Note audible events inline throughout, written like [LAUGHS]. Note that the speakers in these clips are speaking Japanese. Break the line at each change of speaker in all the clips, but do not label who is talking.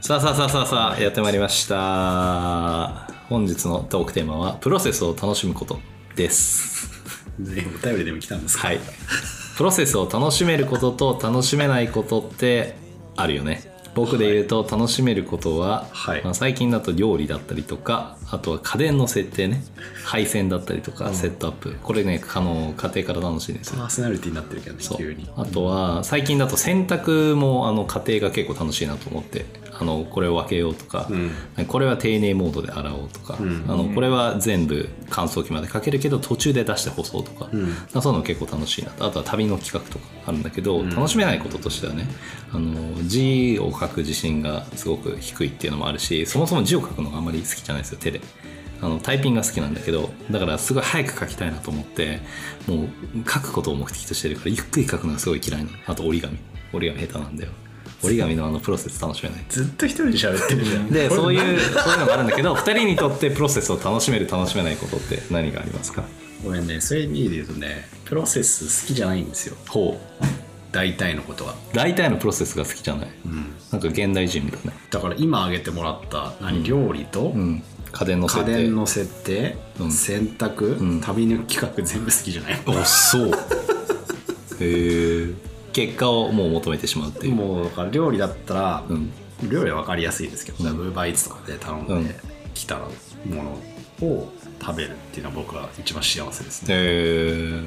さあさあさあさあさあやってまいりました本日のトークテーマはプロセスを楽しむことです
ね、お便りでも来たんですか
はいプロセスを楽しめることと楽しめないことってあるよね僕で言うと楽しめることは、
はい
まあ、最近だと料理だったりとかあとは家電の設定ね配線だったりとかセットアップ、これねあの家庭から楽しいんです
パ
よ
ーソナリティになってるけどね
そう
急に
あとは最近だと洗濯もあの家庭が結構楽しいなと思ってあのこれを分けようとか、
うん
これは丁寧モードで洗おうとか、
うん
あのこれは全部乾燥機までかけるけど途中で出して干そうとか、
うん
まあそういうの結構楽しいなとあとは旅の企画とかあるんだけど、
うん
楽しめないこととしてはねあの字を書く自信がすごく低いっていうのもあるしそもそも字を書くのがあんまり好きじゃないんですよ手で。あのタイピングが好きなんだけどだからすごい早く書きたいなと思ってもう書くことを目的としてるからゆっくり書くのがすごい嫌いなのあと折り紙折り紙下手なんだよ折り紙のあのプロセス楽しめない
ずっと一人で喋ってるじゃん
でそういうそういうのがあるんだけど2人にとってプロセスを楽しめる楽しめないことって何がありますか
ごめんねそういう意味で言うとねプロセス好きじゃないんですよ
ほ
大体のことは、
う大体のプロセスが好きじゃない
うん、
なんか現代人みたいな
だから今挙げてもらった何、料理と、
うん家電の設
家
定
電の設定、
うん
洗濯、
うん
旅の企画全部好きじゃない、
おそうへえ結果をもう求めてしまうっていう
もうだから料理だったら、
うん
料理は分かりやすいですけど、
うん
ウーバーイーツとかで頼ん
うん
できたものを食べるっていうのは僕は一番幸せですね
へえ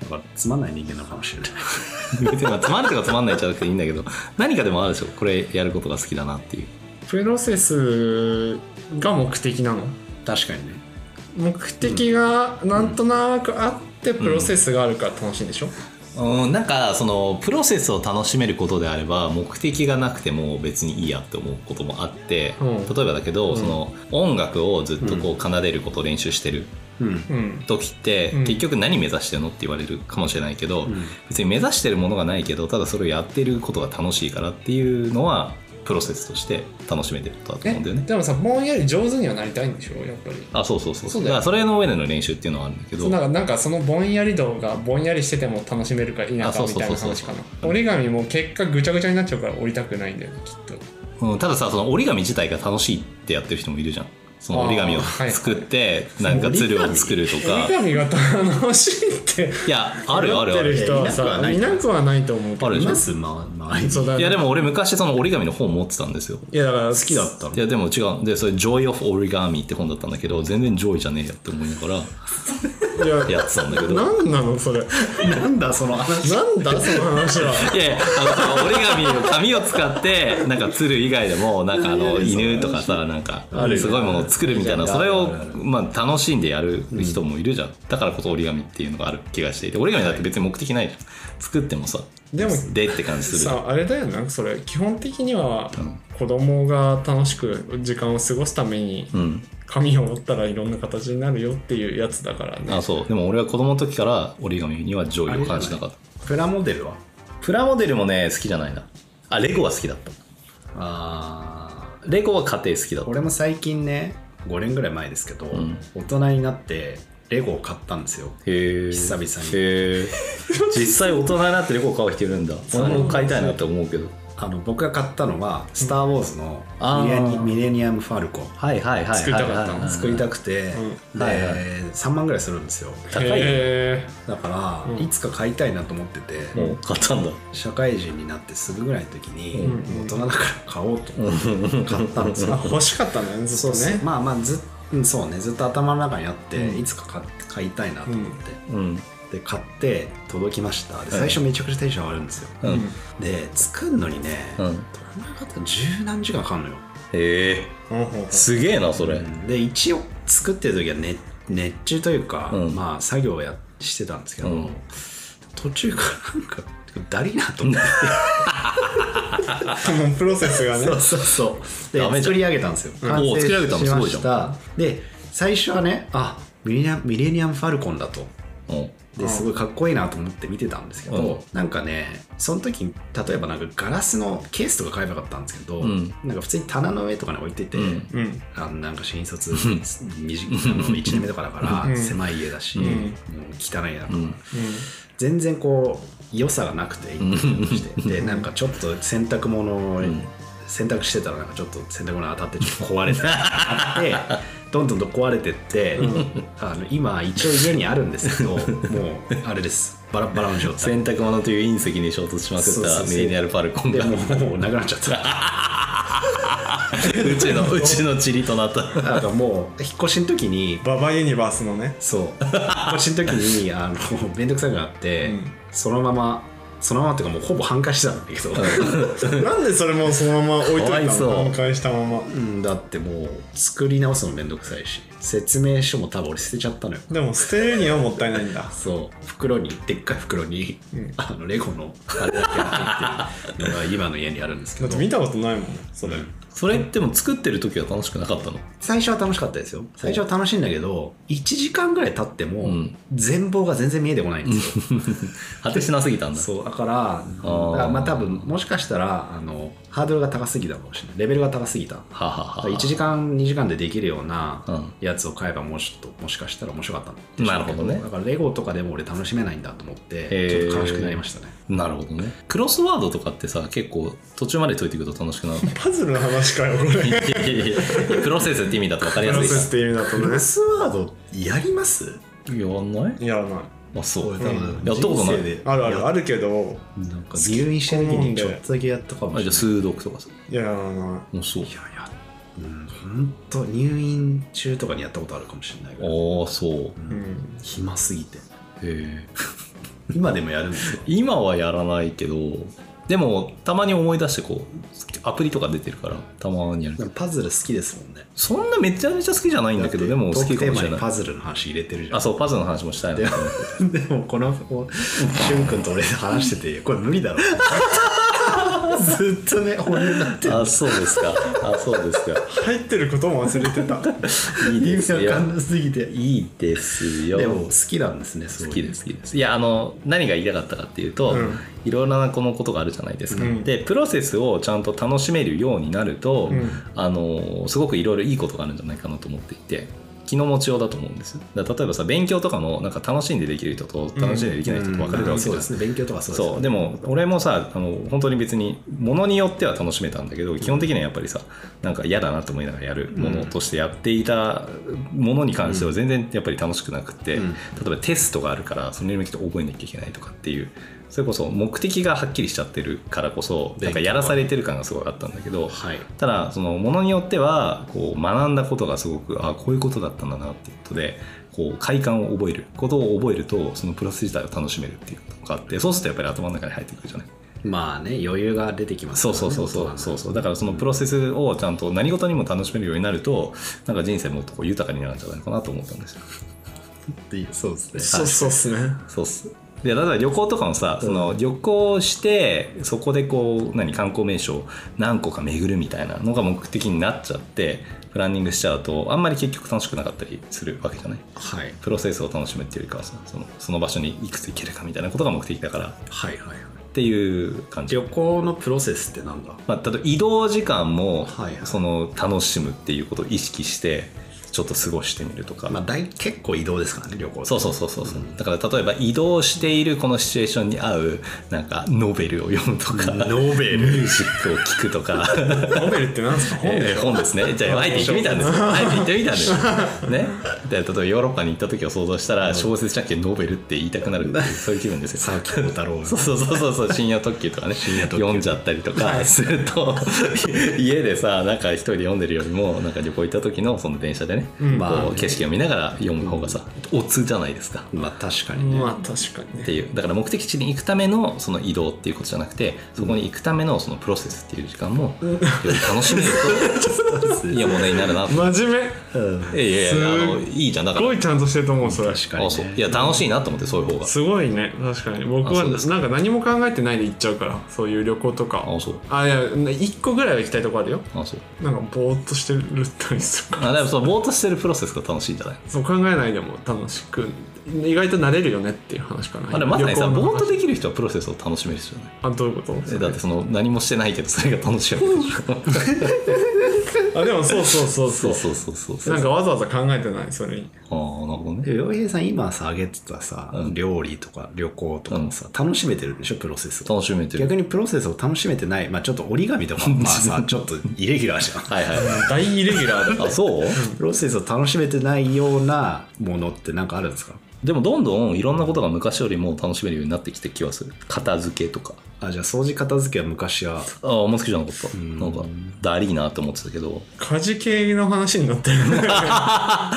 だからつまんない人間なのかもしれない
別にまあつまんとかつまんないじゃなくていいんだけど何かでもあるでしょこれやることが好きだなっていう
プロセスが目的なの
確かにね
目的がなんとなくあってプロセスがあるから楽しいんでしょ、
うん、なんかそのプロセスを楽しめることであれば目的がなくても別にいいやって思うこともあって、
うん
例えばだけど、
うん
その音楽をずっとこう奏でることを練習してる
うん
うん
時って、
うん
結局何目指してるのって言われるかもしれないけど、
うん
別に目指してるものがないけどただそれをやってることが楽しいからっていうのはプロセスとして楽しめてることだと
え
思うんだよね。
でもさぼんやり上手にはなりたいんでしょやっぱり
あそうそうそう
そう
だ
だ
か
よ
らそれの上での練習っていうのはあるんだけど
そうなんかなんかそのぼんやり度がぼんやりしてても楽しめるか否
あ
か
そう
み
そう
たい
そう
な
そう
話かな折り紙も結果ぐちゃぐちゃになっちゃうから折りたくないんだよねきっと
うん、たださその折り紙自体が楽しいってやってる人もいるじゃんその折り紙を
あーはい
作ってなんかツルを作ると
折
か
り紙が楽しいって
いやあるよあるよあ
思って
る
る人はさ
いやい
い
な
なくはないと思うけど
あるでしょ
まずまあない
そう
い
だね
やでも俺昔その折り紙の本持ってたんですよ
いやだから好
好きだったの
いやでも違うでそれ「Joy of Origami」って本だったんだけど全然「Joy」じゃねえやって思いなが
いや
らやってたんだけ
[LAUGHS]
ど
何なのそれ
[LAUGHS] なんだその話
なんだその話はい
やいやあの折り紙を紙を使ってなんか鶴以外でもなんかあの犬とかさなんか
あるよ
すごいものを作るみたいない
や
それ
あ
を
るあるある
まあ楽しんでやる人もいるじゃんだからこそ折り紙っていうのがある気がしていて折り紙だって別に目的ないじゃん作ってもさ
でも
でって感じするじゃん
さあれだよなそれ基本的には子供が楽しく時間を過ごすために
うん
紙を持ったらいろんな形になるよっていうやつだからね
あそうでも俺は子供の時から折り紙には上位を感じなかった
プラモデルは
プラモデルもね好きじゃないなあレゴは好きだった
あー
レゴは家庭好きだった
俺も最近ね5年ぐらい前ですけど、
ん
大人になってレゴを買ったんですよ
へえ
久々に
へえ実際大人になってレゴ買う人いるんだ
う
俺も買いたいなって思うけど
あの僕が買ったのは「スター・ウォーズ」の
あー
ミレニミレニアム・ファルコン
はいはいはい
作りたかったの
作りたくて、
うん
で、
はいはい
3万ぐらいするんですよ
高いよ
へ
だから、
うん
いつか買いたいなと思ってて、
もう買ったんだ
社会人になってすぐぐらいの時に、
うんうん
大人だから買おうと思って買ったんです
ー
よ
あ欲しかったんだよねず
そ
っ
う
と
ね
ね
まあまあずっうんそうねずっと頭の中にあって、
うん
いつか買買いたいなと思って、
うん
で買って届きましたで
うん
最初めちゃくちゃテンション上がるんですよ、
う
うんん
で作るのにね、
う
ど
ん
んな方十何時間かかるのよ、
へえ
ほうほうほう
すげえなそれ
うんで一応作ってる時は熱熱中というか、
うん
まあ作業をやしてたんですけど、
うん
途中からなんかだりなと思って
このプロセスがね
そうそうそう
ダメじゃ
で
ん
作り上げたんですよ
ん
完
お
成
う作り上げたの
し
す
ま
ごいじゃ
し
ん
たで最初はねあミレニアミレニアム・ファルコンだと
お
うん
ですごいかっこいいなと思って見てたんですけど、
うん
なんかねその時に例えばなんかガラスのケースとか買えばよかったんですけど、
うん
なんか普通に棚の上とかに置いてて、
うん
うん
あのなんか新卒
ん
1年目とかだから、
うん
狭い家だし、
うん
もう汚い家だか
う
ら、
ん
全然こう良さがなくて
ん
でなんかちょっと洗濯物を
ん
洗濯してたらなんかちょっと洗濯物当たってちょっと壊れたりとかあ
[LAUGHS]
ってどんどんと壊れてって、あの今一応家にあるんで
[LAUGHS]
すけどもうあれですバラッバラの状態
洗濯物という隕石に衝突しまく
そう
っ
そ
た
うそう
ミレニアル・ファルコン
で
が
もうもうなくなっちゃった
[LAUGHS] うちのうちの塵となった
なんかもう引っ越しの時に
ババユニバースのね
そう
[LAUGHS]
引っ越しの時にあの面倒くさくなって、
うん
そのままそのままっていうかもうほぼ半壊してたんだけど
[LAUGHS] なんでそれもそのまま置いとい
かわ
た
い
の
そう
公開したまま
うんだってもう作り直すのめんどくさいし説明書も多分俺捨てちゃったのよ
でも捨てるにはもったいないんだ
そう袋にでっかい袋に、
うん
あのレゴのあれだけ入ってるのが今の家にあるんですけ
だっ
ど
て見たことないもんそれ
それでも作ってる時は楽しくなかったの
最初は楽しかったですよ最初は楽しいんだけど1時間ぐらい経っても、
うん
全貌が全然見えてこないんですよ
果てしなすぎたんだ
そうだから
ー
だからまあ多分もしかしたらあのハードルが高すぎたかもしれないレベルが高すぎた
ははは
1時間2時間でできるような
うん
やつを買えばもうちょっともしかしたら面白かったのかもしれいけ
なるほどね
だからレゴとかでも俺楽しめないんだと思っ
へ
て
ー
ちょっと悲しくなりましたね
なるほどねクロスワードとかってさ結構途中まで解いていくと楽しくなる
パズルの話かよこれ
いやいやいや [LAUGHS] プロセスって意味だと分かり
プ
や
ロセスっ
す
ていう意味だと
クロ
ね
スワードやります
いやんない
やらない
あそう
多分
やったことない
人生で
あるあるあるけど
なんか入院してる時にちょっとだけやったかも
あ
し
じゃあ
れない
数読とかさ
いややらな
もうそう
いやいやうん本当入院中とかにやったことあるかもしれないから
ああそう
いうん
暇すぎて
へえ
今でもやるんですよ [LAUGHS]
今はやらないけどでもたまに思い出してこうアプリとか出てるからたまにや
で
る
もパズル好きですもんね
そんなめちゃめちゃ好きじゃないんだけどでも好きかもしれ
トークテーマ
な
に
い
パズルの話入れてるじゃん
あそうパズルの話もした
[LAUGHS]
いな
でもでもこのこう俊君と俺で話しててこれ無
[LAUGHS]
理だろずっとね本音になってる
あそうですかあそうですか
入ってることも忘れてた
いい
意
です
味
よ
わかんなすぎて
いいですよ
でも好きなんですねす
好
ご
き
い
です好きですいやあの何が言いたかったかっていうと、
うん
いろんなこのことがあるじゃないですか、
うん
でプロセスをちゃんと楽しめるようになると、
うん
あのすごくいろいろいいことがあるんじゃないかなと思っていて気の持ちようだと思うんですよだから例えばさ勉強とかもなんか楽しんでできる人と楽しんでできない人と分かれるわけじゃ
そ
な
う
い
ですね勉強とかそうです
そうでも俺もさあの本当に別にものによっては楽しめたんだけど基本的にはやっぱりさなんか嫌だなと思いながらやるものとしてやっていたものに関しては全然やっぱり楽しくなくって、
うん
例えばテストがあるからそれに向けて覚えなきゃいけないとかっていうそれこそ目的がはっきりしちゃってるからこそなんかやらされてる感がすごいあったんだけど、
はい
ただそのものによってはこう学んだことがすごくあこういうことだったんだなっていうことでこう快感を覚えることを覚えるとそのプロセス自体を楽しめるっていうことがあってそうするとやっぱり頭の中に入ってくるじゃない
まあね余裕が出てきます
そ
か
う
らね
そうそうそうそ
大人に
うそうだからそのプロセスをちゃんと何事にも楽しめるようになるとなんか人生もっとこう豊かになるんじゃないかなと思ったんですよ
なってそうですね
そうそうっすね
そうっすで例えば旅行とかもさ、その旅行してそこでこう何観光名所を何個か巡るみたいなのが目的になっちゃってプランニングしちゃうとあんまり結局楽しくなかったりするわけじゃない
はい
プロセスを楽しむっていうよりかはさそのその場所にいくつ行けるかみたいなことが目的だからっ
はいはいはい
ていう感じ
旅行のプロセスってなんだ
まあ、例えば移動時間も、
はいはい
その楽しむっていうことを意識してちょっと過ごしてみるとか、
まあ大結構移動ですからね旅行って
そうそうそうそう、うだから例えば移動しているこのシチュエーションに合うなんかノベルを読むとか
ノーベ
ミ
ル
ュージックを聴くとか
ノベルってなんですか本
えー本ですねじゃああえて行ってみたんですよあえて行ってみたんですよ、ね、で例えばヨーロッパに行った時を想像したら小説じゃなくてノベルって言いたくなるっていうそういう気分ですよ
佐々木小太郎が
そうそうそうそうそう深夜特急とかね読んじゃったりとかすると家でさなんか一人で読んでるよりもなんか旅行行った時のその電車でねね、
うん
こう景色を見ながら読む方がさおつじゃないですか
まあ確かにね、
まあ確かに
って
ね
いうだから目的地に行くためのその移動っていうことじゃなくてそこに行くためのそのプロセスっていう時間もより楽しめるといいものになるなと
真面目
うん
いやいやいやあの
す
いいじゃんだ
す
から
ごいちゃんとしてると思うそれ
確かに、ね、
あそういや楽しいなと思ってそういう方が
すごいね確かに僕は
あそうですか
なんか何も考えてないで行っちゃうからそういう旅行とか
あそう
あいや1個ぐらいは行きたいとこあるよ
あそう
なんかぼーっとしてるったりするから [LAUGHS]
あでもそのぼーっとしてるプロセスが楽しいんじゃない
そう考えないでも楽しく意外と慣れるよねっていう話かな
あれまさにさ
旅行の話
ぼーっとできる人はプロセスを楽しめる人じゃない
あどういうこ
え
と
だってその何もしてないけどそれが楽しいわけでしょ
あでもそうそうそ
そ
うそうう
そうそう [LAUGHS] そうそう
なんかわざわざ考えてないそれに
ああーなるほどね
でも洋平さん今さ挙げてたさ、
うん
料理とか旅行とかもさ楽しめてるでしょプロセスを
楽しめてる
逆にプロセスを楽しめてないまあちょっと折り紙
[LAUGHS]
とかまあさちょっとイレギュラーじゃん
はいはい
大イレギュラーだ
あそう
プロセスを楽しめてないようなものってなんかあるんですか
でもどんどんいろんなことが昔よりも楽しめるようになってきて気はする片付けとか
あじゃあ掃除片付けは昔は
あああんま好きじゃなかった
ん
なんかだりーなと思ってたけど
家事系の話になっ
[LAUGHS]
てるね
確か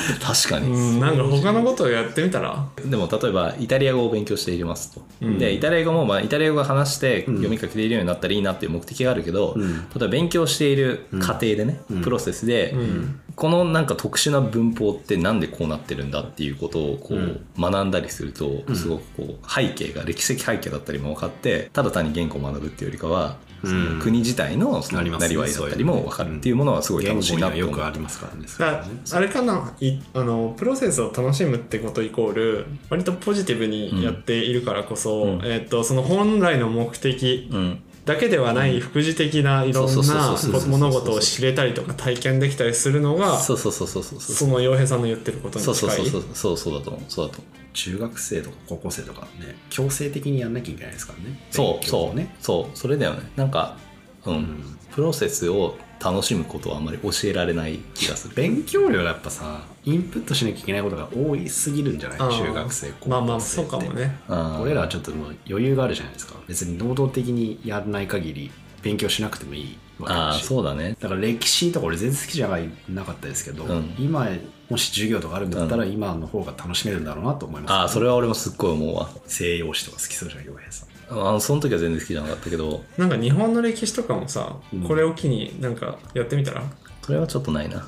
う
に、
んなんか他のことをやってみたら
でも例えばイタリア語を勉強していますと、
ん
でイタリア語もまあイタリア語が話して読み書きでいるようになったらいいなっていう目的があるけど、
ん
例えば勉強している過程でね、プロセスで、
ん
このなんか特殊な文法ってなんでこうなってるんだっていうことをこう学んだりすると、すごくこう背景が歴史的背景だったりも分かってただ単に言語を学ぶっていうよりかは、
うん
その国自体のその
ありますね
なりわいだったりも分かるっていうものはすごい
言
楽しい
語に
な
は
と
よ
思う
くありますからねそれ
だ
はね
あれかないあのプロセスを楽しむってことイコール割とポジティブにやっているからこそ、
うん
えっとその本来の目的
うん
だけではない副次的ないろ
そうんそう
な
そうそうそう
こ物事を知れたりとか体験できたりするのが
そうそうそうそうそうそう
その洋平さんの言ってることに
そうそう
近
そう
い
そうそうそうだと思うそうだと思う
中学生とか高校生とかね強制的にやんなきゃいけないですからね
そ
勉
う
強
そ
を
う
ね
そうそれだよねなんかうん、
ん
プロセスを楽しむことはあんまり教えられない気がする
勉強量がやっぱさインプットしなきゃいけないことが多いすぎるんじゃない
あー
中学生高校生って
まあまあそうかもね
あー
俺らはちょっともう余裕があるじゃないですか別に能動的にやらない限り勉強しなくてもいいわけ
あ
だ
あ
し
そうだね
だから歴史とか俺全然好きじゃないなかったですけど、
うん
今もし授業とかあるんだったら
う
今の方が楽しめるんだろうなと思います、
ああそれは俺もすっごい思うわ
西洋史とか好きそうじゃん洋平さん
あのその時は全然好きじゃなかったけど
なんか日本の歴史とかもさ、
うん
これを機になんかやってみたら
それはちょっとないな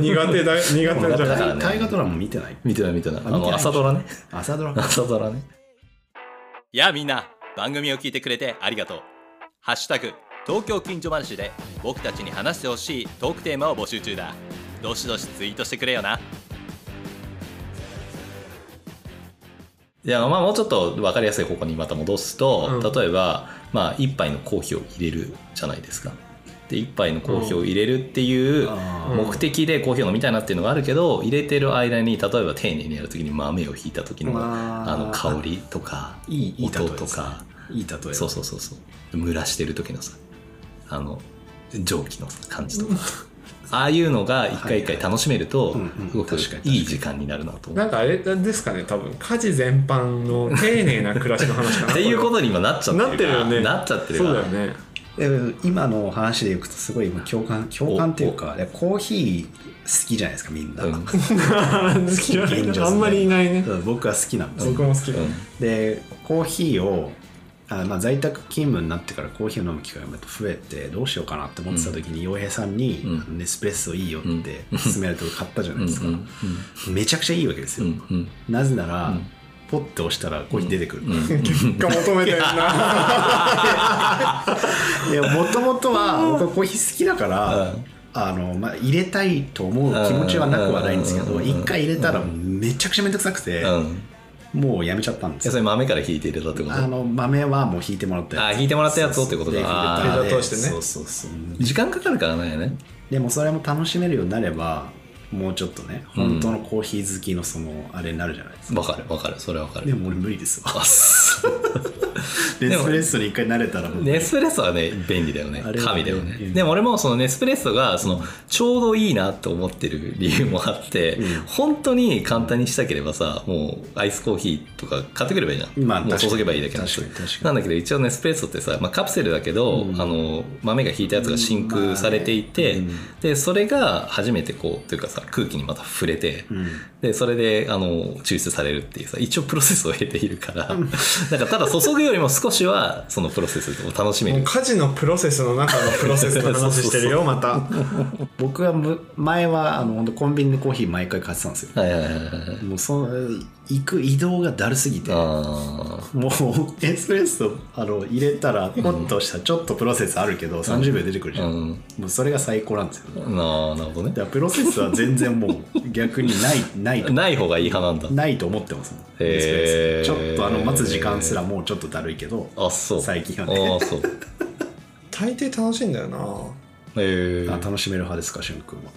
苦手だ苦手じ
だ
ゃ
か
ない
らね
大河ドラマ見てない
見てない見てないあ
あ見て
の
ない
朝ドラね
朝ドラ
朝ドラねやあみんな番組を聞いてくれてありがとう「ハッシュタグ東京近所話」で僕たちに話してほしいトークテーマを募集中だどしどしツイートしてくれよないやまあもうちょっと分かりやすい方向にまた戻すと、
うん
例えば、まあ、1杯のコーヒーを入れるじゃないですかで1杯のコーヒーを入れるっていう
あ
うん
ー
目的でコーヒーを飲みたいなっていうのがあるけど入れてる間に例えば丁寧にやる時に豆をひいた時の
あー
あの香りとか
いいいい例え
音
です
と
ね
か
いい例え
そうそうそうそう蒸らしてる時のさあの蒸気のさ感じとかああいうのが一回一回楽しめると
はいはいうんうん
すごく
確かに
いい時間になるなと思う。
なんかあれですかね多分家事全般の丁寧な暮らしの話か
[LAUGHS]
な
っていうこととに今なっちゃってる
なってるよね
なっちゃってる
そ
か
う
ら
だよね
でも今の話でいくとすごい今共感共感っていうかいやコーヒー好きじゃないですかみんな、
うん
現状ですね
あんまりいないね
うん僕は好きなんですよ
[LAUGHS] 僕も好きだ、
うん
でコーヒーをあまあ在宅勤務になってからコーヒーを飲む機会が増えてどうしようかなって思ってた時に洋、平さんに、
うん
あのネスプレッソいいよって勧められて買ったじゃないですか、
うんうん
めちゃくちゃいいわけです
う
よ、
んうん
なぜなら、
うん
ポッて押したらコーヒー出てくる、
うん
[LAUGHS]
結果求めてるな
でもともとは僕はコーヒー好きだから、
うん
あのまあ、入れたいと思う気持ちはなくはないんですけど、
うん
一回入れたらめちゃくちゃめんどくさくて、
うん
もうやめちゃった
い
んで
や
す
そ
よ
れ豆から引いて入れたってこと
あの豆はもう引いてもらったやつ
あ引いてもらったやつをってことか
そうそう
あー
でフィルターで
フィルター通してね
そうそうそう
時間かかるからねね
でもそれも楽しめるようになればもうちょっとね
うん
本当のコーヒー好きのそのあれになるじゃないですか、
わかるわかるそれはわか
で
る
も俺無理ですわ
あそ
ネスプレッソに一回慣れたらも
[LAUGHS]
う
ネスプレッソはね便利だよね
あれは
神だよ
う
ね
ん
でも俺もそのネスプレッソがそのちょうどいいなと思ってる理由もあって、
うん
本当に簡単にしたければさもうアイスコーヒーとか買ってくればいいじゃん、
まあ
もう
確かに
注げばいいだけなん
確かに確かに
なんだけど一応ネスプレッソってさ、まあ、カプセルだけど、
うん
あの豆が引いたやつが真空されていて、
うんまあね
でそれが初めてこうというかさ空気にまた触れて、
うん
でそれであの抽出されるっていうさ一応プロセスを経ているから [LAUGHS] なんかただ注ぐよりも少しはそのプロセスを楽しめ
もう
る
家事のプロセスの中のプロセスの話してるよまた
僕はむ前はあの本当コンビニでコーヒー毎回買ってたんですよ
はいはいはいはい
もうその行く移動がだるすぎて
あ
もうエスプレッソあの入れたらポッとしたらちょあちょっとプロセスあるけど30秒出てくるじ
ー
ゃん、
うん
もうそれが最高なんですよね、
なあなるほどね
だからプロセスは全然もう逆にないない
ない方がいい派なんだ
ないと思ってますもん
へー
エスプレッソちょっとあの待つ時間すらもうちょっとだるいけど
あそう
最近は
あ
ね
あそうへ
[LAUGHS] 大抵楽しいんだよな
え
あ楽しめる派ですかしゅんくんは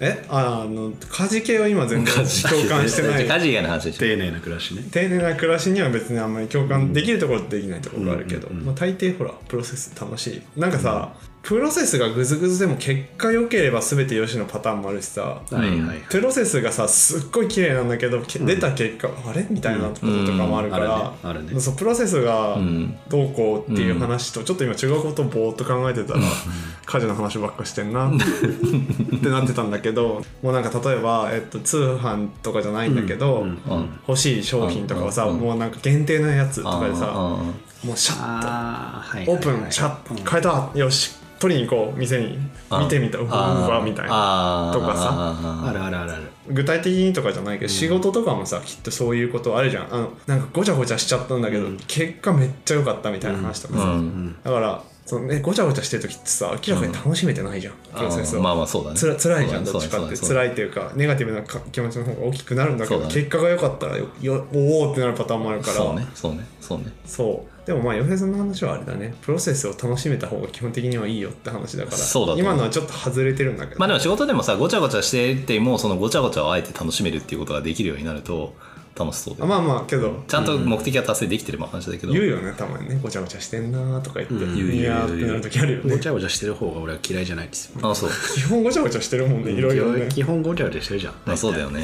えああの家事系は今全然共感し
[LAUGHS]
てない
家事以外の話でしょ
丁寧な暮らしね
丁寧な暮らしには別にあんまり共感できるところとできないところがあるけど、
うんうんうん
まあ、大抵ほらプロセス楽しいなんかさ、プロセスがグズグズでも結果良ければ全て良しのパターンもあるしさ
はいはいはい
プロセスがさすっごい綺麗なんだけど、け出た結果あれみたいなこととかもあるから、
うんあるねあるね
そうプロセスが
うん
どうこうっていう話と、ちょっと今違うことをぼーっと考えてたら、家事の話ばっかしてんなってなってたんだけどもうなんか例えば、えっと、通販とかじゃないんだけど、
うんうん
うん
欲しい商品とかをさ、
うん
もうなんか限定のやつと
あ
かでさ
あ
もうシャッ
あーはい
オ
はい
ープンシャッ変えたよし取りに行こう店に
ああ
見てみたうわうわみたいな
な
とかさ
あ
さ
るあるあるある
具体的にとかじゃないけど仕事とかもさきっとそういうことあるじゃんあのなんかごちゃごちゃしちゃったんだけど、
うん
結果めっちゃ良かったみたいな話とかさ、
うん
うん
だからその、ね、ごちゃごちゃしてる時ってさ明らかに楽しめてないじゃん、プロセスを。
まあまあそうだね
つら辛いじゃん
そ
ど
う
っ
だ
ち
ねそう
かっ
だね
て
そうだね
辛いというかネガティブなか気持ちの方が大きくなるんだけど
そうだね
結果が良かったらよよおおってなるパターンもあるから
そうねそうねそうね
そうでもまあ洋平さんの話はあれだねプロセスを楽しめた方が基本的にはいいよって話だから
そうだと思う
今のはちょっと外れてるんだけど、
まあでも仕事でもさごちゃごちゃしていてもそのごちゃごちゃをあえて楽しめるっていうことができるようになると楽しそうで、
あまあまあけど
ちゃんと目的が達成できてれば話だけど、
言うよねたまにねごちゃごちゃしてんなーとか言って、
うん
言う
いや
言う
ーってなる時あるよ
ご
ね
ちゃごちゃしてる方が俺は嫌いじゃないですよ
あそう
基本ごちゃごちゃしてるもんねいろいろね
基本ごちゃごちゃしてるじゃん
まあそうだ
よ
よね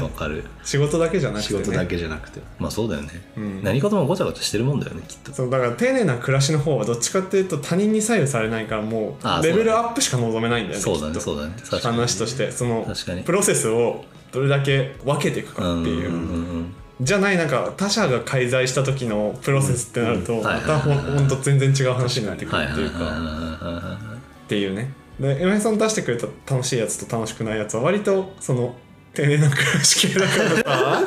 わかる
仕事だけじゃなくて、
仕
ね、
事だけじゃなくて
まあそうだよね、
うん
何事もごちゃごちゃしてるもんだよねきっと
そうだから丁寧な暮らしの方はどっちかっていうと他人に左右されないからも
ああ
うレベルアップしか望めないんだよね
そうだ
きっ
ね
と
そうだね確かに
話としてその
確かに
プロセスをどれだけ分けていく
う
か
ん
っていうう、
んうん
じゃないなんか他者が介在した時のプロセスってなると
んは
ま
い
たほんほんと全然違う話になってく
はい
る
はいは
っ
い
てい
は
う
いはい
か
は
っていうねで嫁さん出してくれた楽しいやつと楽しくないやつは割とその丁寧な暮らし系だから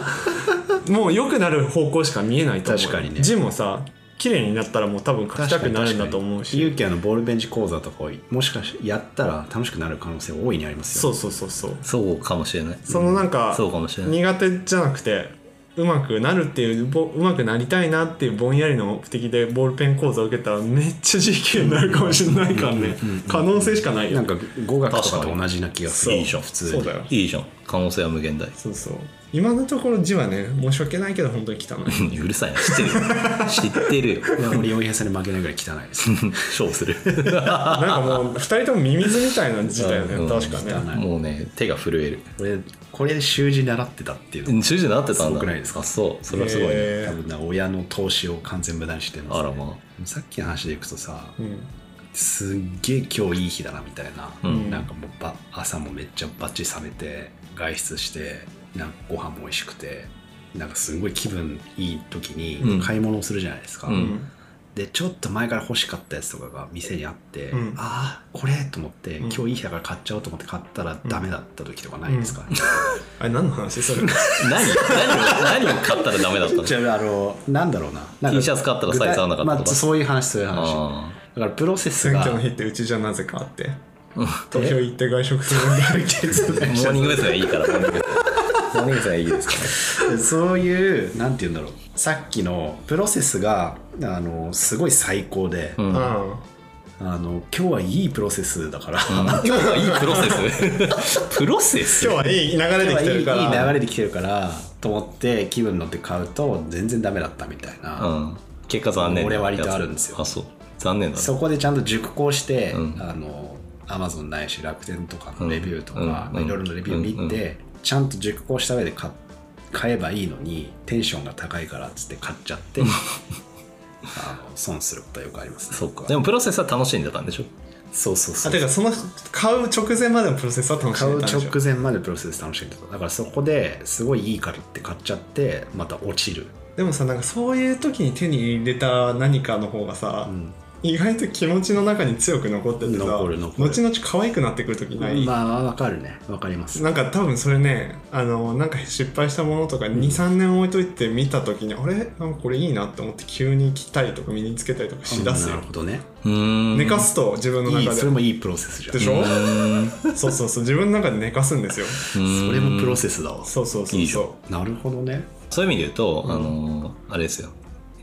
さもう良くなる方向しか見えないと思う
確かにね
字もさ綺麗になったらもう多分書きたくなるんだと思うし
勇気あのボールベンチ講座とかをもしかしてやったら楽しくなる可能性大いにあります
そ
よ
うそうそうそう
いそうかもしれない
そのなんか、
そうかもしれない
苦手じゃなくてうまくなるっていうぼうまくなりたいなっていうぼんやりの目的でボールペン講座を受けたらめっちゃ GK になるかもしれないからね可能性しかないよ
なんか語学とかと同じな気がする
いいじゃん普通
そうだよ
いいじゃん可能性は無限大
そうそう今のところ字はね申し訳ないけど本当に汚い
うるさいな知ってるよ知ってるよ
いや俺洋平さんに負けないぐらい汚いです
[LAUGHS]
勝負する
なんかもう2人ともミミズみたいな字だよね
うん
確か
汚い
ね
もうね手が震える
俺これ習字習ってたっていうの
うん主人になってたんだ
すごくないですか
あそうそれはすごいね、
へ
多分な親の投資を完全無駄にしてるんです
あ
ね
らま
さっきの話でいくとさ
ーうん
すっげえ今日いい日だなみたいな、
うん
なんかもうば朝もめっちゃバッチリ冷めて外出してなんかご飯も美味しくてなんかすごい気分いい時
うん
に買い物をするじゃないですか、
う
うんん
でちょっと前から欲しかったやつとかが店にあって、
うん
ああこれと思って、
うん
今日いい日だから買っちゃおうと思って買ったらダメだった時とかないですか、
あれ何の話それ
[LAUGHS]
何何を何を買ったらダメだったの
じゃああのなんだろうななんか
T シャツ買ったらサイズ合わなかったとか
まあ、そういう話そういう話
あ
だからプロセス
選
が
挙の日ってうちじゃなぜかあって
うん
投票行って外食するんだ
[LAUGHS]
ーモーニング娘。がいいから [LAUGHS] モーニング娘。モーニング娘。いいですか
[LAUGHS] そういうなんて言うんだろうさっきのプロセスがあのすごい最高で、
ら、うん、
らうん
あの今日はいいプロセスだから、
今日はいいプロセスプロセス
今日はいい流れできてるから
いいいい流れできてるからと思って気分乗って買うと全然ダメだったみたいな、
うん、結果残念な
俺割と
やつ
あるんですよ
あそう残念だね
そこでちゃんと熟考して、
うん
あのアマゾンないし楽天とかのレビューとか、
うん
まあ
うん
いろいろなレビュー見て、ちゃんと熟考した上で買買えばいいのにテンションが高いからっつって買っちゃってあの損することはよくありますね
そうかでもプロセスは楽しんでたんでしょ
そうそうそ
あ
う
てかその買う直前までのプロセスは楽し
買
ん
う
でたんでしょ
直前までプロセス楽しんでただからそこですごいいいからって買っちゃってまた落ちる、
でもさなんかそういう時に手に入れた何かの方がさ、
うん
意外と気持ちの中に強く残っててさ
残る残る
後々可愛くなってくる時ない、
まあわかるねわかります
なんか多分それねあのなんか失敗したものとか23年置いといて見た時に、あれなんかこれいいなって思って急に着たりとか身につけたりとかしだす
な
よ
る、ほどね
うーん
寝かすと自分の
いい
中で
それもいいプロセスじゃん
でし
ょ
ょ、
うーん
そうそうそう自分の中で寝かすんですよ
そ
それもプロ
ス
セスだわ
そうそうそう
いいじゃん
そ
なるほどね
そういう意味で言うと、あのあれですよ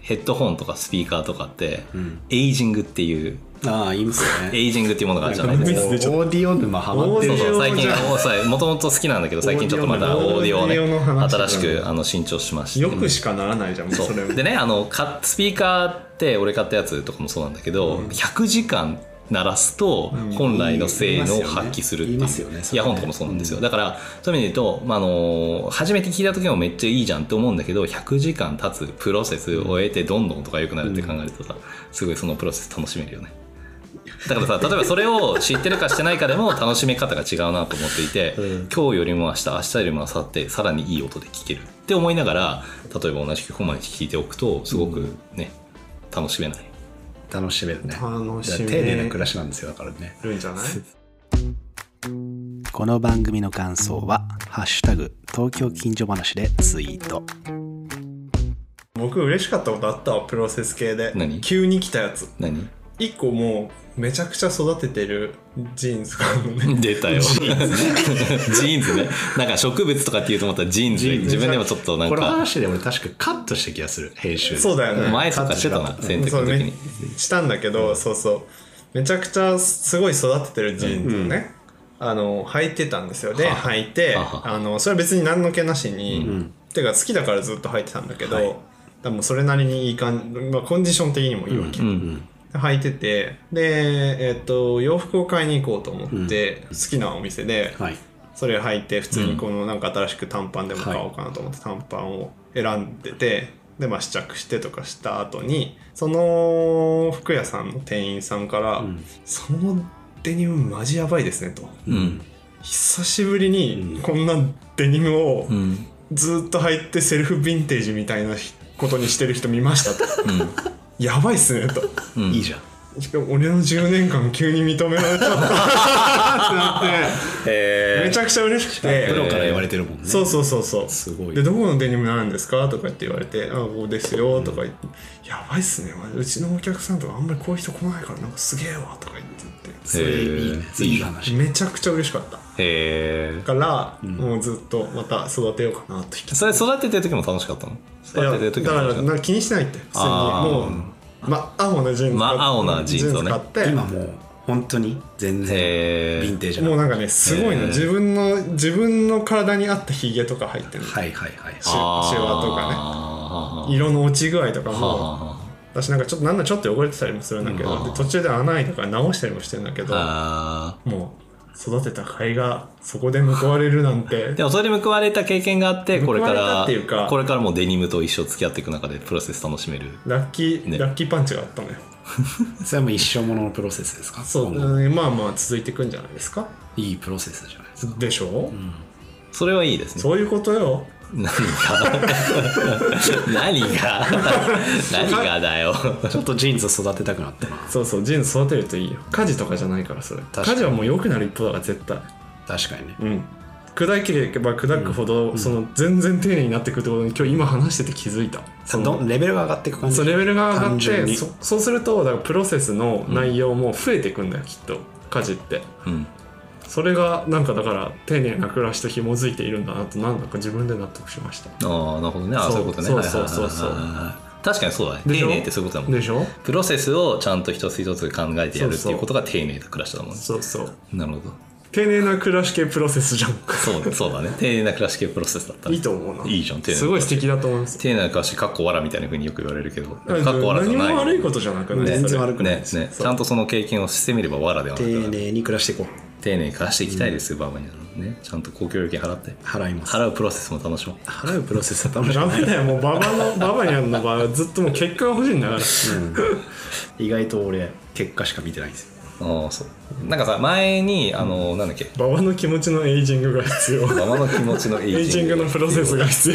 ヘッドホンとかスピーカーとかって、
うん
エイジングっていう
ああ、言いますよ
エ
[LAUGHS]
ね。
イジングっていうものがあるじゃ
も
な
う
い
オ
ですか
ミス出ちゃった
ーディオ沼ハマって
そ
る
うそう
オーディオ
最近
じゃ
も
ん
うもともと好きなんだけど最近ちょっとまたオーディオをね
オーディオの話
新しくあの新調しまし
う
て
よくしかならないじゃんもう
そ
それ
うでねあのかスピーカーって俺買ったやつとかもそうなんだけど、100時間鳴らすと
うん
本来の性能を発揮するってい
言
う、
いますよね
イヤホンとかもそうなんですよ、
う
だからそういう意味で言うと、まあ、あの初めて聞いた時もめっちゃいいじゃんって思うんだけど100時間経つプロセスを終えてどんどんとか良くなるって考えるとさすごいそのプロセス楽しめるよねだからさ
[LAUGHS]
例えばそれを知ってるかしてないかでも楽しめ方が違うなと思っていて、
[LAUGHS] うん
今日よりも明日明日よりも明後日さらにいい音で聴けるって思いながら例えば同じ曲を毎日聴いておくとすごくね、楽しめない
楽しめるね。
楽しめ
丁寧な暮らしなんですよ、だからね。
るんじゃない
この番組の感想は、ハッシュタグ、東京近所話でツイート。
僕嬉しかったことあったわプロセス系で
何
急に来たやつ
何
一個もうめちゃくちゃ育ててるジーンズがあるのね
出たよジーンズねなんか植物とかって言うと思ったらジーンズで
ジーンズ
自分でもちょっとなん
この
か
話で俺確かカットした気がする、編集で。
そうだよね
前とかしてたな選択の時に
そうねしたんだけど、そうそうめちゃくちゃすごい育ててるジーンズをね、あの履いてたんですよで
はあ
履いて
はあは
あのそれは別に何の気なしに、
ん
てか好きだからずっと履いてたんだけど、
はい
だからもうそれなりにいい感じ、まあ、コンディション的にもいいわけ、
うん
履いててで、えっと洋服を買いに行こうと思って、好きなお店で
はい。
それ履いて普通にこのなんか新しく短パンでも買おうかなと思って短パンを選んでて、でまあ試着してとかした後にその服屋さんの店員さんから、
ん
そのデニムマジやばいですね」と
うん
「久しぶり
う
に
ん
こんなデニムを
うんうん
ずっと履いてセルフヴィンテージみたいなことにしてる人見ました」と「やばいっすね」と。
うん
いいじゃん。
しかも俺の10年間急に認められちゃったって
[LAUGHS]
なってめちゃくちゃ嬉しくて
プロから言われてるもんね。
そうそうそうそう
すごい
でどこのデニムなんですかとかって言われて「あこうですよ」とか言って、やばいっすねうちのお客さんとかあんまりこういう人来ないからなんかすげえわ」とか言って
それいいね。
えー
いい
て
話。
めちゃくちゃ嬉しかった
へえ
だから、もうずっとまた育てようかなと引き
それ育ててる時も楽しかったの
いや
育ててる時
だ
も
から
楽しか
な
っ
んか気にしないって普通に
あー
もうま青なジーンズ買って
ま青なジーンズをね
買って
今もう、本当に全
た
然、
へ
ヴィン
え
テージな
もう
は
なんかねすごいの、
えー
自分の自分の体に合ったヒゲとか入ってるの、
いはいはい。
シワシワとか
か
ね色の落ち具合とか
はあ
も
は
私なんかちょっとなんだちょっと汚れてたりもするんだけど、
うん
で途中で穴開いたから直したりもしてんだけ
あ
ど
はあ
もう育てた甲斐がそこで報われるなんて
[LAUGHS] でもそれで報われた経験があってこれか
報われた
ら
っていうか
これからもうデニムと一生付き合っていく中でプロセス楽しめる
ラッキー、
ね
ラッキーパンチがあったのよ
それはもう一生もののプロセスですか
そう、
今後
うんまあまあ続いていくんじゃないですか
いいプロセスじゃないですか。
でしょ、う
それはいいですね
そういうことよ
何 [LAUGHS] が何が何がだよ
ちょっとジーンズ育てたくなったな。
そうそうジーンズ育てるといいよ家事とかじゃないからそれ
か
家
に
事はもう良くなる一方だから絶対
確かにね。
うん、砕ければ砕くほど、その全然丁寧になってくるってことに今日今話してて気づいた、その
どレベルが上がっていく感じ
そうレベルが上が
単
っ
純
て
に
そそうするとだからプロセスの内容も増えていくんだよ、きっと家事って
うん
それがなんかだから丁寧な暮らしと紐づいているんだなとなんだか自分で納得しました
ああなるほどねああ
そう
そういうことね
そうそうそうそう
はいはいはいはい確かにそうだね
でし
丁
ょ
寧ってそういうことだもん
で
ね
しょ
プロセスをちゃんと一つ一つ考えてやるって
そう
い
そうう
ことが丁寧な暮らしだもんね
そうそう
なるほど
丁寧な暮らし系プロセスじゃん
そうそうだね [LAUGHS] 丁寧な暮らし系プロセスだったね
[LAUGHS] いいと思うない
いじゃん丁寧な
すごい素敵だと思います
丁寧な暮らしかっこわらみたいなふうによく言われるけどかっこわらじ
何
ゃない
も悪いことじゃなくない、
ね全然悪くない
ね
です
ね
そう
ちゃんとその経験をしてみればわらではな
丁
くなる
寧に暮らしていこ
丁寧に暮らしていきたいですよ、バーバニャのねちゃんと公共料金払って
う払います
払うプロセスも楽しもう
払うプロセスは楽し
ダ
く
メ
ない
だよもうババのババニャンの場合はずっともう結果が欲しいんだから
意外と俺結果しか見てないんですよ
ああそうなんかさ前にあのなんだっけ
ババの気持ちのエイジングが必要
ママの気持ちのエ
エイ
イ
ジ
ジ
ン
ン
グ
グ
のプロセスが必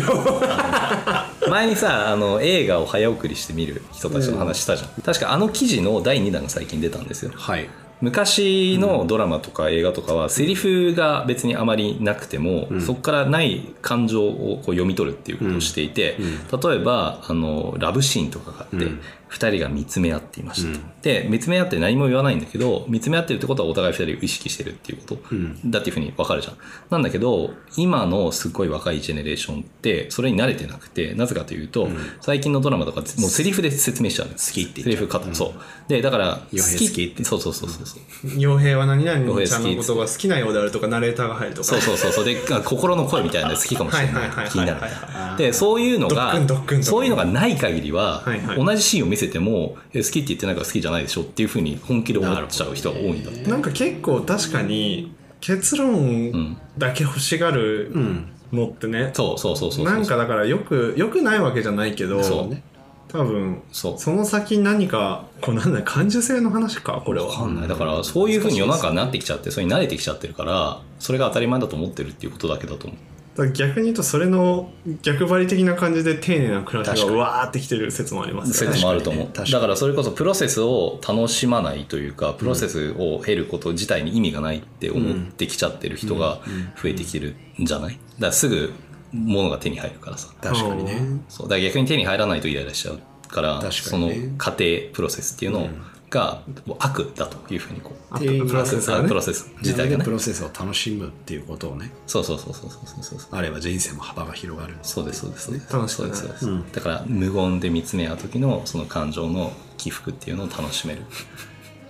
要
前にさあの映画を早送りして見る人たちの話したじゃん、確かあの記事の第2弾が最近出たんですよ
はい
昔のドラマとか映画とかはセリフが別にあまりなくても、そこからない感情をこう読み取るっていうことをしていて、例えばあのラブシーンとかがあって、
うん
2人が見つめ合っていました、
うん
で見つめ合って何も言わないんだけど見つめ合ってるってことはお互い2人を意識してるっていうこと、
うん
だっていうふうに分かるじゃんなんだけど今のすごい若いジェネレーションってそれに慣れてなくてなぜかというと、
ん
最近のドラマとかもうセリフで説明しちゃうのよ
好きって言っちゃう
セリフ方、そうでだから
傭兵好きって
そうそうそうそうそう
傭兵は何
傭兵
々
好き
ちゃんのことが好きなようであるとかナレーターが入るとか
そうそうそうそうであ心の声みたいなの好きかもしれ
はいはいはい
な
はいい
気になる
はいはい
はい
でそういうのが
ドックンドックンドックン
そういうのがない限りは、
はいはい
同じシーンを見せてもえ好きって言ってないから好きじゃないでしょっていうふうに本気で思っちゃう人が多いんだって、
なんか結構確かに結論だけ欲しがる
うん
のってね、
そうそうそうそうそう
なんかだからよくよくないわけじゃないけど
そうね
多分
そう
その先何かこれなんだ感受性の話かこれ
わか
は
んないだからそういうふうに世の中になってきちゃってそれに慣れてきちゃってるからそれが当たり前だと思ってるっていうことだけだと思う
だから逆に言うとそれの逆張り的な感じで丁寧な暮らし
確か
が
に
うわーってきてる説もあります
そう
よ
いう
ね
のもあると思う、
確かにね
だからそれこそプロセスを楽しまないというかプロセスを経ること自体に意味がないって思ってきちゃってる人が増えてきてるんじゃないだからすぐ物が手に入るからさ
確かにね
そうだから逆に手に入らないとイライラしちゃうから
確かにね
その過程プロセスっていうのがもう悪だというふうにこう
あとプロセスが
あプ
ね
ロセス自体が
なので
ね
プロセスを楽しむっていうことをね
そうそうそうそうそうそうそう
あれば人生も幅が広がる
そうですそうですそうです
楽しく
そう
な
で
る
すそうです、
うん
だから無言で見つめ合う時のその感情の起伏っていうのを楽しめる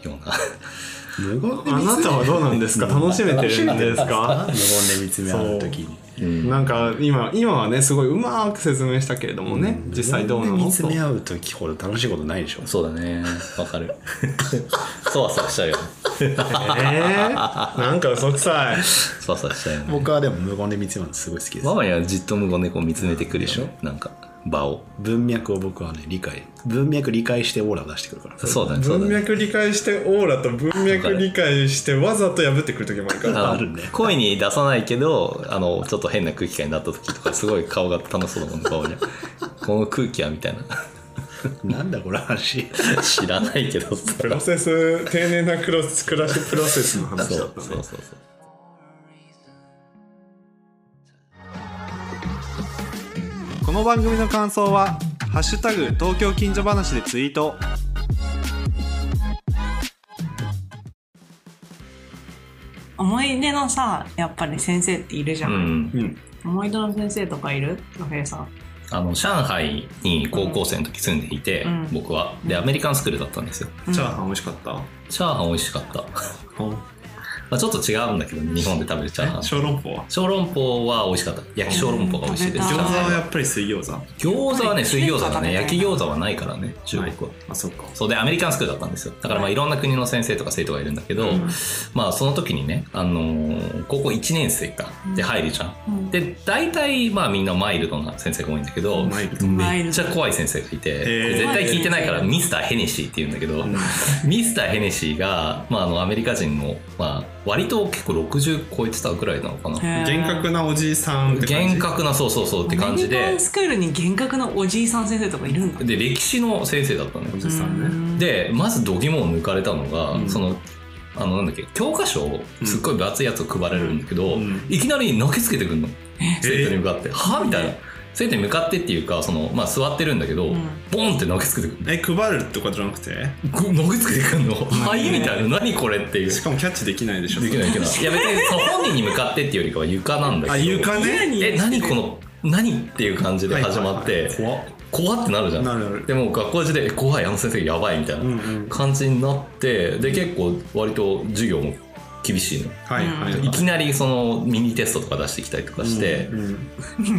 ような
無言で
あなたはどうなんですか楽しめてるんですか
無言で見つめ合う時に
なんか今今はねすごいうまく説明したけれどもね、実際どうな
無言で
の
見つめ合う時ほど楽しいことないでしょ
そうだねわかるそわそわしちゃうよね
えー、なんか嘘くさい
そわそわしちゃうよね
僕はでも無言で見つめ合うのすごい好きです
ママにはじっと無言でこう見つめてくるでしょなんか場を
文脈を僕はね理解文脈理解してオーラを出してくるから
そうだねそうだ
文
ね
脈理解してオーラと文脈理解してわざと破ってくる時もある
[LAUGHS]
か
あ
ら
の
あるね
声に出さないけどあのちょっと変な空気感になった時とかすごい顔が楽しそうだもんね顔にこの空気はみたいな
なんだこの [LAUGHS] 話
知らないけどそ
プ
れは
ロセス丁寧なクロス暮らしプロセスの話
そ
だっ
う
た
そうそう
ね
そう
この番組の感想は「ハッシュタグ東京近所話」でツイート
思い出のさやっぱり先生っているじゃ、
うんん
思い出の先生とかいるカフェさん
あの上海に高校生の時住んでいて、
うん
僕はでアメリカンスクールだったんですよ
チャーハン美味しかった
チャーハン美味しかった、まあ、ちょっと違うんだけどね日本で食べるチャーハン
小籠包は
小籠包は美味しかった焼き小籠包が美味しいです
餃
うん食
子
べた
はやっぱり水餃子あ
餃子はね水餃子だね
中華
焼き餃子はないからね中国は、
そっか
そうでアメリカンスクールだったんですよだからまあいろんな国の先生とか生徒がいるんだけど、
うん
まあその時にね、あのー高校1年生かで入るじゃん、
うん
で大体まあみんなマイルドな先生が多いんだけど
マイルド
めっちゃ怖い先生がいて
ー
絶対聞いてないからミスター・ヘネシーって言うんだけど、ミスター・ヘネシーが、まあ、あのアメリカ人の、まあ、割と結構60超えてたぐらいなのかな
厳格なおじいさんって感じ
厳格なそうそうそうって感じ
アメリカ
で
ンスクールに厳格なおじいさん先生とかいるんだ
で歴史の先生だったのよ
おじさんね
うん
でまず度肝を抜かれたのが、
うん
そのあのなんだっけ教科書をすっごい分厚いやつを配られるんだけど、
うん
いきなり泣きつけてくるの生徒に向かって「はみたいな
え
生徒に向かってっていうかその、まあ、座ってるんだけど、
うん
ボンって泣きつけてくる
え配るとかじゃなくて
ぐ投げつけてくんの「はい」みたいな「何これ」っていう
しかもキャッチできないでしょ
できないけどいや別にその本人に向かってっていうよりかは床なんだけど
あ床ね
何
え何この何っていう感じで始まって、
怖っ
怖ってなるじゃん
なるなる
でも学校時でえ怖いあの先生やばいみたい
うんう
なん感じになってで結構割と授業も厳しいの
はいはい
いきなりそのミニテストとか出してきたりとかして、
うん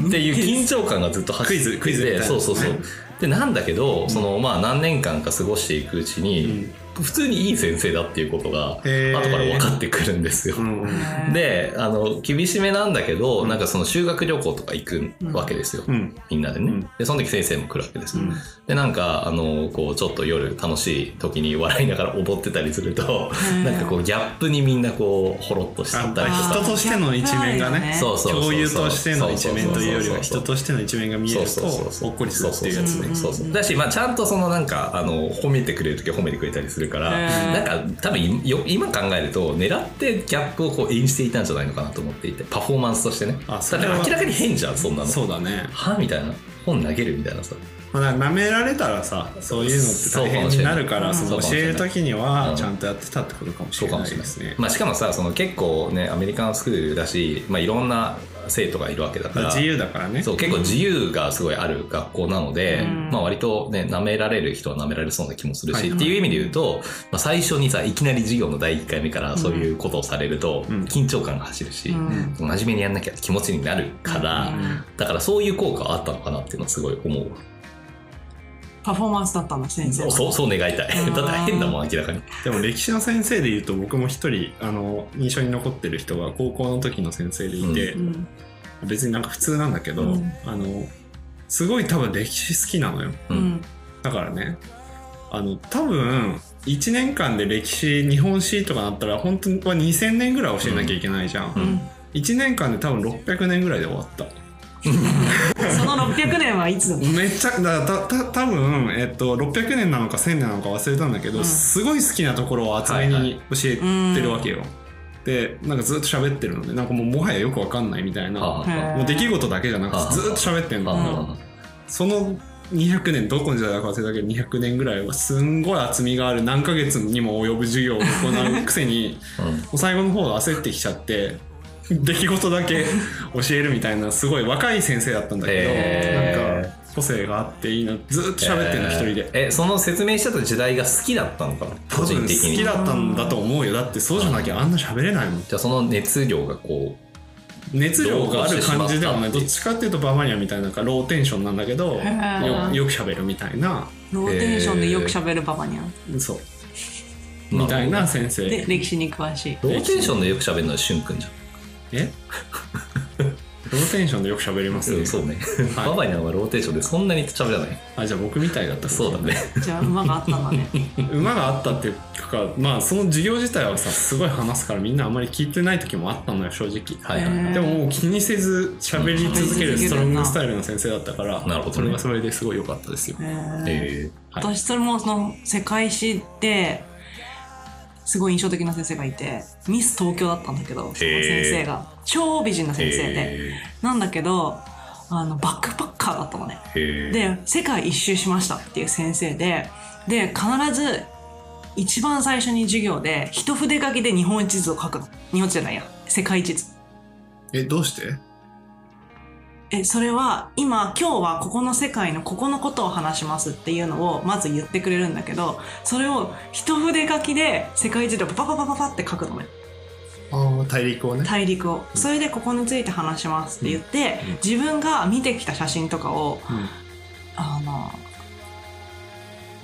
っていう緊張感がずっとクイズクイズでそうそうそうでなんだけどそのまあ何年間か過ごしていくうちに、普通にいい先生だっていうことが後
へー
から分かってくるんですよ、
うんうん
であの厳しめなんだけど、なんかその修学旅行とか行くわけですよ、
うん
みんなでね、
うん
でその時先生も来るわけですよ、
うん
でなんかあのこうちょっと夜楽しい時に笑いながら踊ってたりすると、
うん
なんかこうギャップにみんなこうほろっとしちゃったりと
あ
か
人としての一面がね
そうそうそうそう
共有としての一面というより
そうそう
は
そうそう
人としての一面が見えるとほっこりするっていうやつね
そうそうそうだし、まあ、ちゃんとそのなんかあの褒めてくれる時は褒めてくれたりするから
へー
なんか多分よ今考えると狙ってギャップをこう演じていたんじゃないのかなと思っていてパフォーマンスとしてねだ
あ
っ
そ
て
れは
明らかに変じゃんそんなの
そうだね
はみたいな本投げるみたいなさ
まあだから舐められたらさそういうのって大変になるから
そ
そう
かも
の
し
教
れない
える時に
う
は
ん
ちゃんとやってたってことかもし
そう
れ
かも
な
し
い
れな
で
い
すね
まあ、しかもさその結構ねアメリカンスクールだし、まあ、いろんな生徒がいるわけだから
自由だからね
そう結構自由がすごいある学校なので、
うん
まあ、割とね舐められる人は舐められそうな気もするし、
は
っ
い
ていう意味で言うと、まあ、最初にさいきなり授業の第1回目からそういうことをされると緊張感が走るし、
うん
真面目にやんなきゃって気持ちになるから、
うん
だからそういう効果はあったのかなっていうのはすごい思うわ
パフォーマンスだったんだ先生
そ
は
うそうそう願いたい
う
[LAUGHS]
ん
だって変だもん明らかに
でも歴史の先生で言うと僕も一人あの印象に残ってる人が高校の時の先生でいて、
うん
別になんか普通なんだけど、
うん
あのすごい多分歴史好きなのよ
う
うんん
だからねあの多分1年間で歴史日本史とかなったら本当は2000年ぐらい教えなきゃいけないじゃん、
うん
1年間で多分600年ぐらいで終わった
その600年はいつだった
めっちゃだたた多分えっと600年なのか1000年なのか忘れたんだけど、
うん
すごい好きなところを集め
はい
に教えてるわけよ、でなんかずっと喋ってるのでなんかもうもはやよくわかんないみたいな、
はあ
へー
もう出来事だけじゃなく
はあ
てずっと喋ってんの、
あ
その200年どこの時代だか忘れたけど200年ぐらいはすんごい厚みがある何ヶ月にも及ぶ授業を行うくせに
あうん
もう最後の方焦ってきちゃって出来事だけ教えるみたいなすごい若い先生だったんだけ
へ
ど
ー
なんか個性があっていいなずっと喋ってんの一人で。
えーえその説明してた時代が好きだったのかな個
個人
人
的
的
に
に
好きだったんだと思うよだってそうじゃなきゃあんな喋れないもん
じゃあその熱量がこ
熱量がある感じではないどっちかっていうとババニアみたいななんかローテンションなんだけどよ
ー
よく喋るみたいな
ローテーションでよく喋るパパニャン
そう
う
みたい
まあ
な先生
で歴史に詳しい
ローテーションでよく喋るのはしゅんくんじゃん
え [LAUGHS] ローテンションでよく喋りますね、
うんそうね、ババニャンはローテーションでそんなに喋らない
あじゃあ僕みたいだった
そうだね
じゃあ馬があったんだね
馬があったっていうかまあその授業自体はさすごい話すからみんなあんまり聞いてない時もあったのよ正直
はいはい
へー
でももう気にせず喋り続け
うん
るストロングスタイルの先生だったから、
なるほどね
それがそれですごい良かったですよ
へー
[LAUGHS] え
はい
私それもその世界史ですごい印象的な先生がいてミス東京だったんだけどその先生が超美人な先生で
え
なんだけどあのバックパッカーだったのね
え
で世界一周しましたっていう先生でで必ず一番最初に授業で一筆書きで日本地図を書くの日本地図じゃないや世界地図
えどうして
えそれは今今日はここの世界のここのことを話しますっていうのをまず言ってくれるんだけどそれを一筆書きで世界地図をパパパパパって書くのね
ああ大陸をね
大陸をそれでここについて話しますって言って、自分が見てきた写真とかを、
ん
あの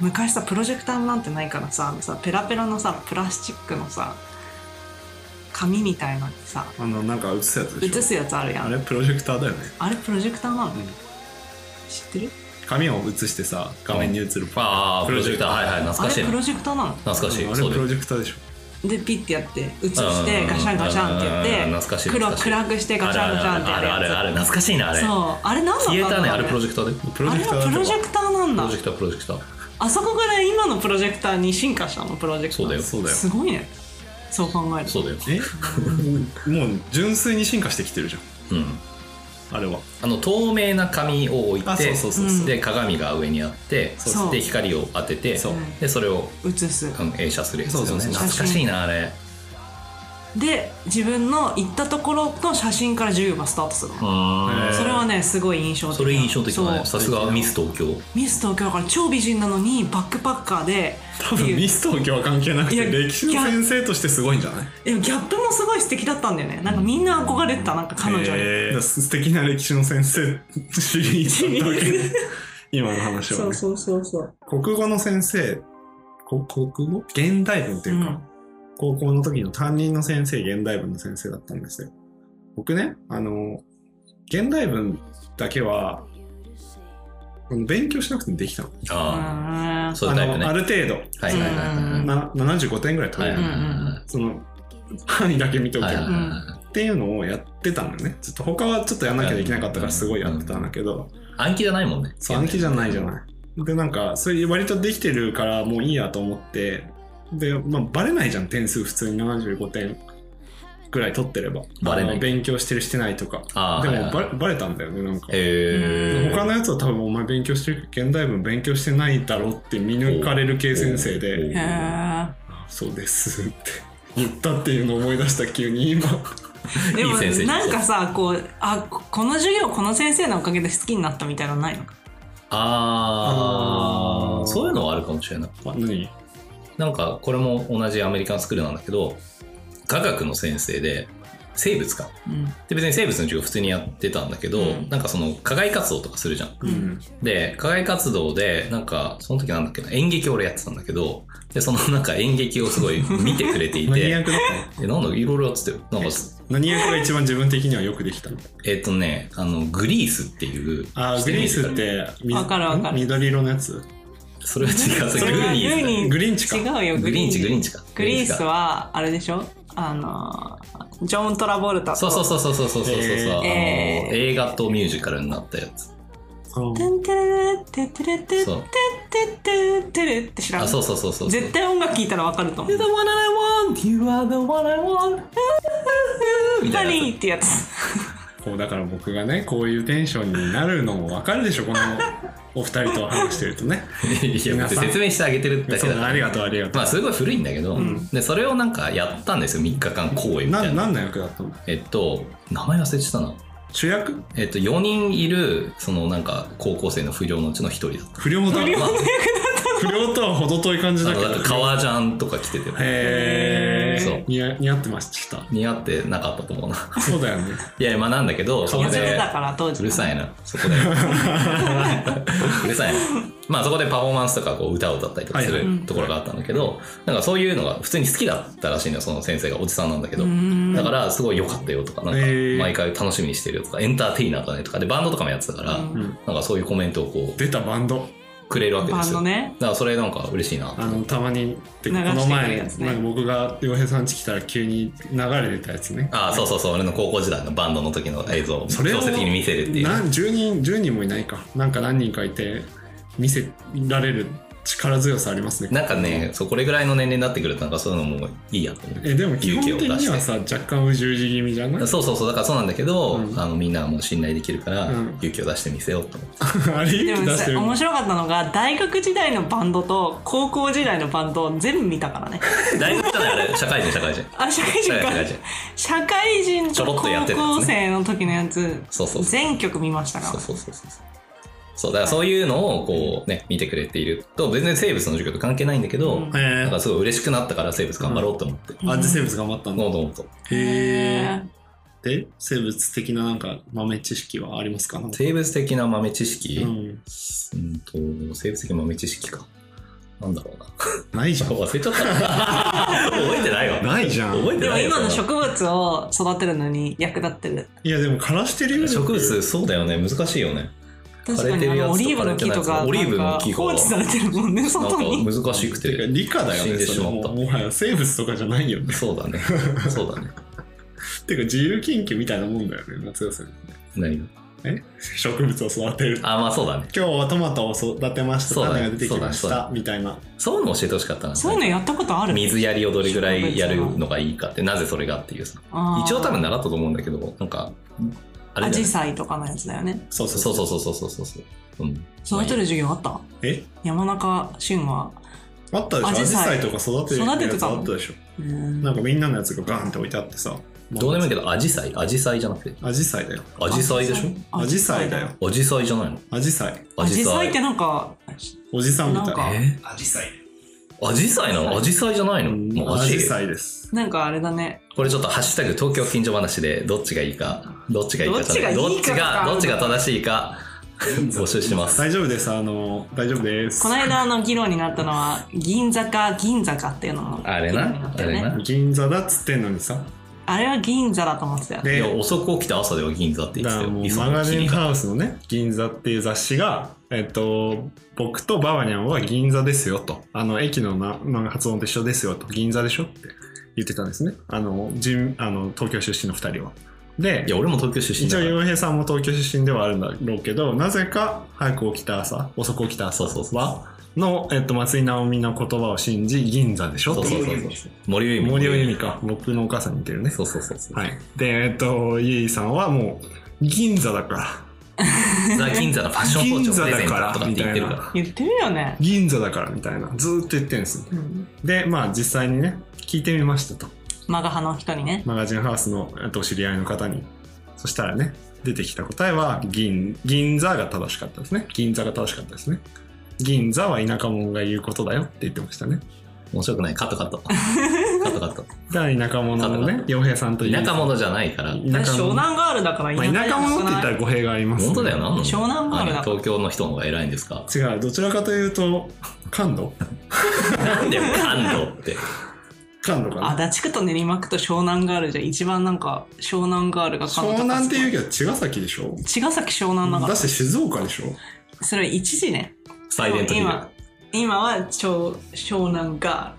昔さプロジェクターなんてないからさあのさペラペラのさプラスチックのさ紙みたいのにさ
あのなんか映すやつでしょ
映すやつあるやん
あ
あれ
れプロジェクターだよね
プロジェクターなの、知ってる
紙を映してさ画面に映るパ
ああプロジェクターはいはい
あ
懐かしい
れ
ね
プロジェクターなの
懐かし
ーン
い
あ
そ
れ
う
プ
です
ロジェクターでしょ
でピッてやって映してガシャンガシャンって
うんうんうん懐
や
か
っ
しい
て黒
懐かしい
暗くしてガ
あ
シ
るあ
ャン
る
ガシャンってや
あ
る
る
や
あるある
つ
懐かしいなあれ
そうあれ何だったん
消え
だろ
た
う
ねあれプロジェクターで
プロジ
あ
ェ
れ
クターだ
は
とか
プロジェクターなん
プ
だ
ロジェクタープロジェクター
あそこから今のプロジェクターに進化したのプロジェクター
そうだよ
そうだよ
すごいねそう考えると
そうだよ
えもう純粋に進化してきてるじ
うん
ゃんあれは
あの透明な紙を置い
あ
て
そうそう
そうそう
で鏡が上にあって
そうそう
で光を当てて
う
でそれを
映す
あの映写するやつ
そう
よ
そう
ね
そう
懐かしいなあれ
で自分の行ったところの写真から授業がスタートするの、
あ
それはねすごい印象的な
それ印象的だね
そ
さ
う
すがミス東京
ミス東京だから超美人なのにバックパッカーで
多分ミス東京は関係なく
いや
て歴史の先生としてすごいんじゃない
でもギャップもすごい素敵だったんだよねなんかみんな憧れてたなんか彼女に、
だから素敵な歴史の先生シリーズだったわけね
[LAUGHS]
今の話は、ね、
そうそうそう
国語の先生こ国語現代文というか、
うん
高校の時の担任の先生現代文の先生だったんですよ僕ねあの現代文だけはあの勉強しなくてもできたの
あ
あ
あそういうタイプね
あのあ
はい
る程度
はいはいはい
な75点ぐらい取
はい
れ
は
る、
い
うん
その範囲だけ見ておけば、
はいはいはいはい
っていうのをやってたのねずっと他はちょっとやんなきゃできなかったからすごいやってたんだけど、
暗記じゃないもんね
そう暗記じゃないじゃない。でなんかそれ割とできてるからもういいやと思ってで、まあ、バレないじゃん点数普通に75点ぐらい取ってれば
バレない
あの勉強してるしてないとか
あー
で
はいはい
もバレバレたんだよねなんか。
へえ
他のやつは多分お前勉強してるけど現代文勉強してないだろって見抜かれる系先生
おうおう
で
へー
「そうです」って言ったっていうのを思い出した急に今
でも
いい先生
なんかさこうあここの授業この先生のおかげで好きになったみたいなのないのか
あ
あ
あ
ー
そういうのはあるかもしれない
あ何
なんかこれも同じアメリカンスクールなんだけど科学の先生で生物か
うん
で別に生物の授業普通にやってたんだけど、
うん
なんかその課外活動とかするじゃん
う
うん
ん
で課外活動でなんかその時なんだっけな演劇を俺やってたんだけどでそのなんか演劇をすごい見てくれてい
何
て
役だっ
えなんだいろいろやってたよなんかす
たの何役が一番自分的にはよくできたの
えっ、とねあのグリースっていう
あーグリースってみ
わかるわかる
ん緑色のやつ
それは違うそ
そ
れ
れ
グ
は
リースだよ
グ
グリーンチか
違うよ
グリーンチグリーンチか
グリース
か
はあれでしょあのジョン・トラボルタと
そうそうそうそうそうそうそうそう、
えー
あの
えー
映画とミュージカルになったやつ
テンテレテテレテテ
そう
テテテレって知らん
あそうそうそうそう
絶対音楽聴いたらわかると思う
You're the one I want You are the one I want [LAUGHS] みたいなやつ
何ってやつ
こうだから僕がねこういうテンションになるのもわかるでしょこのお二人と話してると
[LAUGHS]
ね
いや
皆さん
説明してあげてるだけ
そ
だ
うありがとうありがと
まあすごい古いんだけど、でそれをなんかやったんですよ3日間公
う
演みた
ない
な
何の役だったの
えっと名前忘れてたな
主役
えっと4人いるそのなんか高校生の不良のうちの1人だっ
不良だ不良とは程遠い感じ
たあ
だけ
のなんか
ど
革ジャンとか着てて
へ
そう
え似合似合ってました
似合ってなかったと思うな [LAUGHS]
そうだよね
いやまあなんだけどそこ
野
で
生だから当時
うるさ
い
いなそ
[LAUGHS]
こでうるさいなまあそこでパフォーマンスとかこう歌を歌ったりとかす
はい
る
はい
ところがあったんだけど、なんかそういうのが普通に好きだったらしいのよその先生がおじさんなんだけど、
ん
だからすごい良かったよとかなんか
へー
毎回楽しみにしてるよとかエンターテイナーだねとかでバンドとかもやってたから、
うん
うん
なんかそういうコメントをこ
出たバンド
うくれるわけで
バン
すよ、
ドね
だからそれなんか嬉しいな
あのたまにて
流
か
して
この
くれる
前、
やつね
なんか僕が洋平さん家来たら急に流れてたやつね
ああそうそうそう俺の高校時代のバンドの時の映像を強制的に見せるっていう
何10人10人もいないかなんか何人かいて見せられる力強さありますね
なんかねそうこれぐらいの年齢になってくるとなんかそういうのもいいやと思って
えでも基本
勇気
的
を出
に
し
は
て
さ若干うじうじ気味じゃない
[LAUGHS] そうそうそうだからそうなんだけど、
うん
あのみんなはもう信頼できるから、
うん
勇気を出してみせようと思って
あれ
で
勇気
も
出して
さ
る
面白かったのが大学時代のバンドと高校時代のバンドを全部見たからね
[LAUGHS]
大学じゃないあれ社会人社会人
あ社会人
社
か
会人社会人
社会人と
ちょろっとやってたやつね
高校生の時のやつ
そうそうそう
全曲見ましたから
そうそうそうそうそうだからそういうのをこうね見てくれていると全然生物の授業と関係ないんだけど、
うん
え
なん
ー
かすごい嬉しくなったから生物頑張ろうと思って、
あで生物頑張ったんだ
どんどんと
へえで生物的ななんか豆知識はありますかなんか
生物的な豆知識、
う
うん、
ん
と生物的豆知識かなんだろうな
ないじゃん
忘れ
[LAUGHS]
ちゃったな覚えてないわ
ないじゃ
覚えて
でも
ないよ
今の植物を育てるのに役立ってる
いやでも枯らしてるよ
植物そうだよね難しいよね
確かにあのオリーブの木とか
枯れてるやつと
放
枯れてないやつオリーブの木が
置されてるもんね
なん
外
か
に
難しく
てか
[LAUGHS]
て
理科だよ
死ん
ね
でし
それ
まっ
も
た
もはや生物とかじゃないよね [LAUGHS]
そうだねそうだね
てか自由研究みたいなもんだよね夏休みって
何が
植物を育てる
あまあそうだね
今日はトマトを育てました
そうだね
種が出てきまし
そうだ
たみたいな
そういうの教えてほしかったな
そういうのやったことある
水やりをどれぐらいやるのがいいかってなぜそれがっていうさ一応多分習ったと思うんだけどなんかあ
ア
れだ
ジ
よね
サイとかのやつだよね
そうそう
そうそうそうそうそうそうそううん
育てる授業あった
え
山中俊は
あったでしょアジ
紫陽花
サイとか育てる
育てて
やつ
たもん
あったでしょ
うん
なんかみんなのやつがガーンって置いてあってさ
どうでもいいけどアジサイアジサイじゃなくて
アジサイだよ
アジサイでし
アジサイだよ
ょアジサイじゃないの
アジサイ
アジサイってなんか
おじさんみたい
なんか
え
アジサイ
アジサイなのアジサイじゃないの
うん
マ
ア
ジ
ジサイです
なんかあれだね
これちょっと「ハッシュタグ東京近所話」でどっちがいいかどっちがいいかじゃない
ど
ど
っ
っ
ち
ち
が
が
いいか
どっちが正しいか募集します
大丈夫ですあの大丈夫です
この間の議論になったのは銀座か銀座かっていうのも
あれ
議論に
な
っ
あ
たよね
れな
銀座だっつってんのにさ
あれは銀座だと思ってたよ
い
で
や遅く起きて朝では銀座って言
だ
っ
か
て
ら
た
も
よ
う
いつ
マ
も
ガ
の
ジ
君
ン
が
ハウスのね「銀座」っていう雑誌が、えっと、僕とババニャンは銀座ですよとあの駅のなな発音と一緒ですよと銀座でしょって言ってたんですねあの人あの東京出身の2人は。で
いや俺も東京出身
一
だ
応
から
洋平さんも東京出身ではあるんだろうけどなぜか早く起きた朝遅く起きた朝は
そうそう
の、えっと、松井直美の言葉を信じ銀座でしょ
そう
って
そうそうそう森上
森尾由美か僕のお母さんに似てるね
そうそうそうそう
はい。で、えっと、ゆいさんはもう、銀座だか
ザ・銀座のファッション包丁プレゼントとかって言ってるから
言ってるよね
ら、、銀座だからみたいな、ずーっと言ってるんですよ。
うん、
で、まあ実際にね、聞いてみましたと。
マガ派の人にね
マガジンハウスの、えっと、お知り合いの方に。そしたらね、出てきた答えは、銀、銀座が正しかったですね。銀座が正しかったですね。銀座は田舎者が言うことだよって言ってましたね。
面白くないカットカッ [LAUGHS] トカットカット
だから田舎者のね、洋平さんと
田舎者じゃないから
田舎
湘
者。ま
南ガールだから
あ、田舎者って言った
ら
ら語弊があります、
本当だよななんなの
湘南ガールだ
あの東京の人の方が偉いんですか
違う、どちらかというと、感度
なんで感動って
感度かな。
足立区と練馬区と湘南ガールじゃ一番なんか湘南ガールが彼女
湘南って言う
う
けど茅ヶ崎でしょ
茅ヶ崎湘南だか
だ
ら
して静岡でしょ
それは一時ね
サイレントヒル
今今は湘湘南ガ
は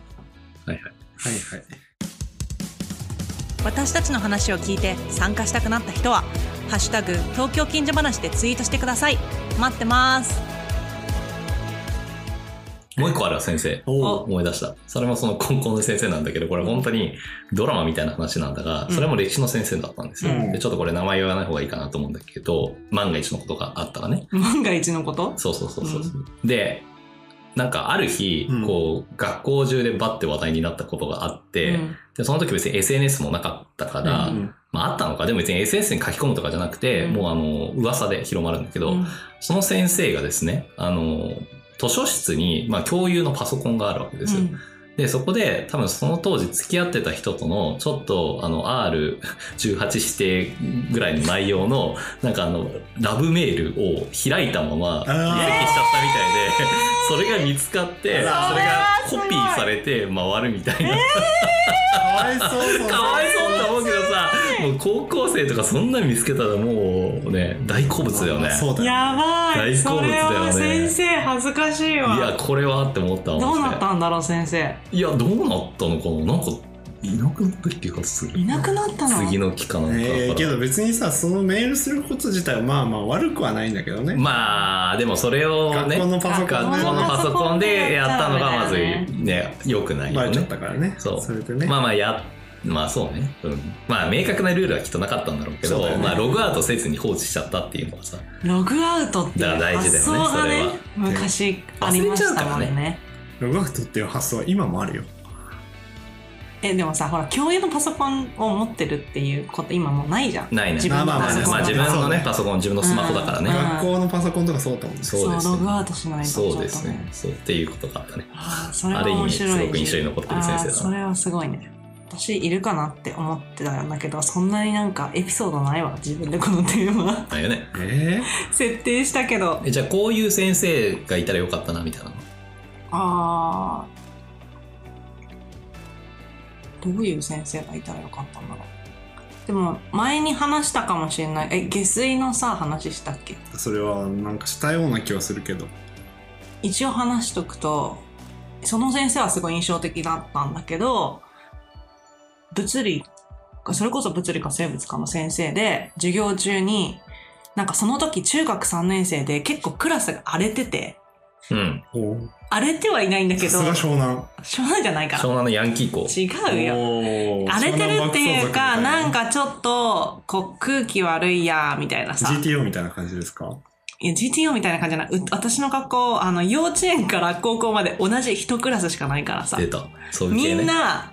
いはい
ール私たちの話を聞いて参加したくなった人は「ハッシュタグ東京近所話」でツイートしてください待ってます
もう一個あるわ先生
お
思い出したそれもその高校の先生なんだけどこれ本当にドラマみたいな話なんだがそれも歴史の先生だったんですよ、
うん
でちょっとこれ名前言わない方がいいかなと思うんだけど万が一のことがあったらね
万が一のこと
そうそうそうそう、でなんかある日、
うん
こう学校中でバッて話題になったことがあって、
うん
でその時別に SNS もなかったから、
うんうん
まああったのかでも別に SNS に書き込むとかじゃなくて、
うん
もうあの噂で広まるんだけど、
うん
その先生がですねあの図書室に、まあ、共有のパソコンがあるわけですよ、で、そこで、多分その当時付き合ってた人との、ちょっと、あの、R18 指定ぐらいの内容の、なんかあの、ラブメールを開いたまま、
ー
履歴しちゃったみたいで、それが見つかって、それがコピーされて回るみたいな。
かわいそうそう
かわいそうって思うけどさ、もう高校生とかそんなん見つけたらもうね、大好物だよね。
そうだよ
やばい
大好
そ
物だ
れ
よね
は先生恥ずかしいわ
いや、これはって思ったわ
ど
マ
う
ジ
な
で
ったんだろう先生
いや、どうなったのかななんか、いなくなった気がする。
いなくなったの
次の期かなんかだから
えーけど別にさそのメールすること自体はまあまあ悪くはないんだけどね、
まあでもそれをね
学校のパソコン
学
で
校のパソコンでやったのがまず
ね
ね良くない
バ
よ
レちゃっ
ね
たからね
そう
れでね、
まあまあやまあそうね、うん、まあ明確なルールはきっとなかったんだろうけど
そうだよね
まあログアウトせずに放置しちゃったっていうのはさ
ログアウトっていう
だから大事だ
発
よね
想
そ
がね
れは
昔あり
忘
ましたもん
れちゃうから
ね
ログアウトっていう発想は今もあるよ
えでもさほら共有のパソコンを持ってるっていうこと今もうないじゃん
ないね
自分の
まあまあまあ
パソコン
まあ自分のねパソコン自分のスマホだからね、
うん
学校のパソコンとかそうだもんね
そうです
ログア
ね
ウトしないと
そうです
ちょっと
ねそうっていうことがあったね
あーそれ
あ
は
る意
面
味
白い
すごく印象に残ってる先生だな
あーそれはすごいね私いるかなって思ってたんだけどそんなになんかエピソードないわ自分でこのテーマ [LAUGHS]
だよね
え
設定したけど
えじゃあこういう先生がいたらよかったなみたいなの
あーどういう先生がいたらよかったんだろうでも前に話したかもしれないえ下水のさ話したっけ
ーそれはなんかしたような気はするけど
一応話しとくとその先生はすごい印象的だったんだけど物理かそれこそ物理か生物かの先生で授業中になんかその時中学3年生で結構クラスが荒れてて
うん
お
荒れてはいないんだけ
さ
ど
すが湘南
しょうがないじゃないか
湘南のヤンキー校
ら違うよ
おー
荒れてるっていうか、
湘南爆走族みたい
なんかちょっと、こう、空気悪いや、みたいなさ。
GTO みたいな感じですか
いや、GTO みたいな感じじゃない。う私の学校、あの、幼稚園から高校まで同じ一クラスしかないからさ。
出たそういう
み
系ね
んな、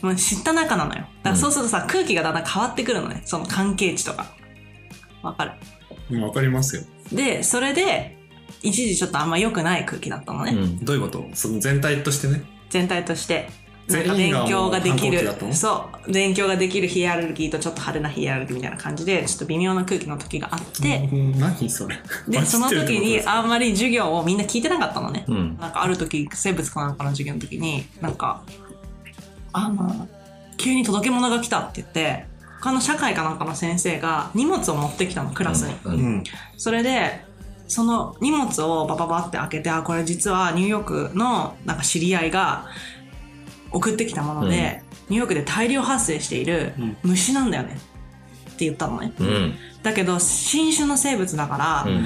もう知った仲なのよ。だからそうするとさ、空気がだんだん変わってくるのね。その関係値とか。わかる。
うんわかりますよ。
で、それで、一時ちょっとあんま良くない空気だったのね。
うん
どういうことその全体としてね。
全体として。なんか
全員
勉
が
強ができ
もう反抗期だ
る
った。の
そう。勉強ができるヒエラルキーとちょっと派手なヒエラルキーみたいな感じで、ちょっと微妙な空気の時があって、
うん
[LAUGHS]
何それ。
で、
バ
そ
チ
の
ってるって
時
ことで
に
すか
あんまり授業をみんな聞いてなかったのね。
うん
なんかある時、生物かなんかの授業の時に、なんか、あの、急に届け物が来たって言って、他の社会かなんかの先生が荷物を持ってきたの、クラスに。
う
う
んん。
それで、その荷物をバババって開けて、あ、これ実はニューヨークのなんか知り合いが送ってきたもので、ニューヨークで大量発生している
うん
虫なんだよね。って言ったのね。
うん
だけど、新種の生物だから、
うん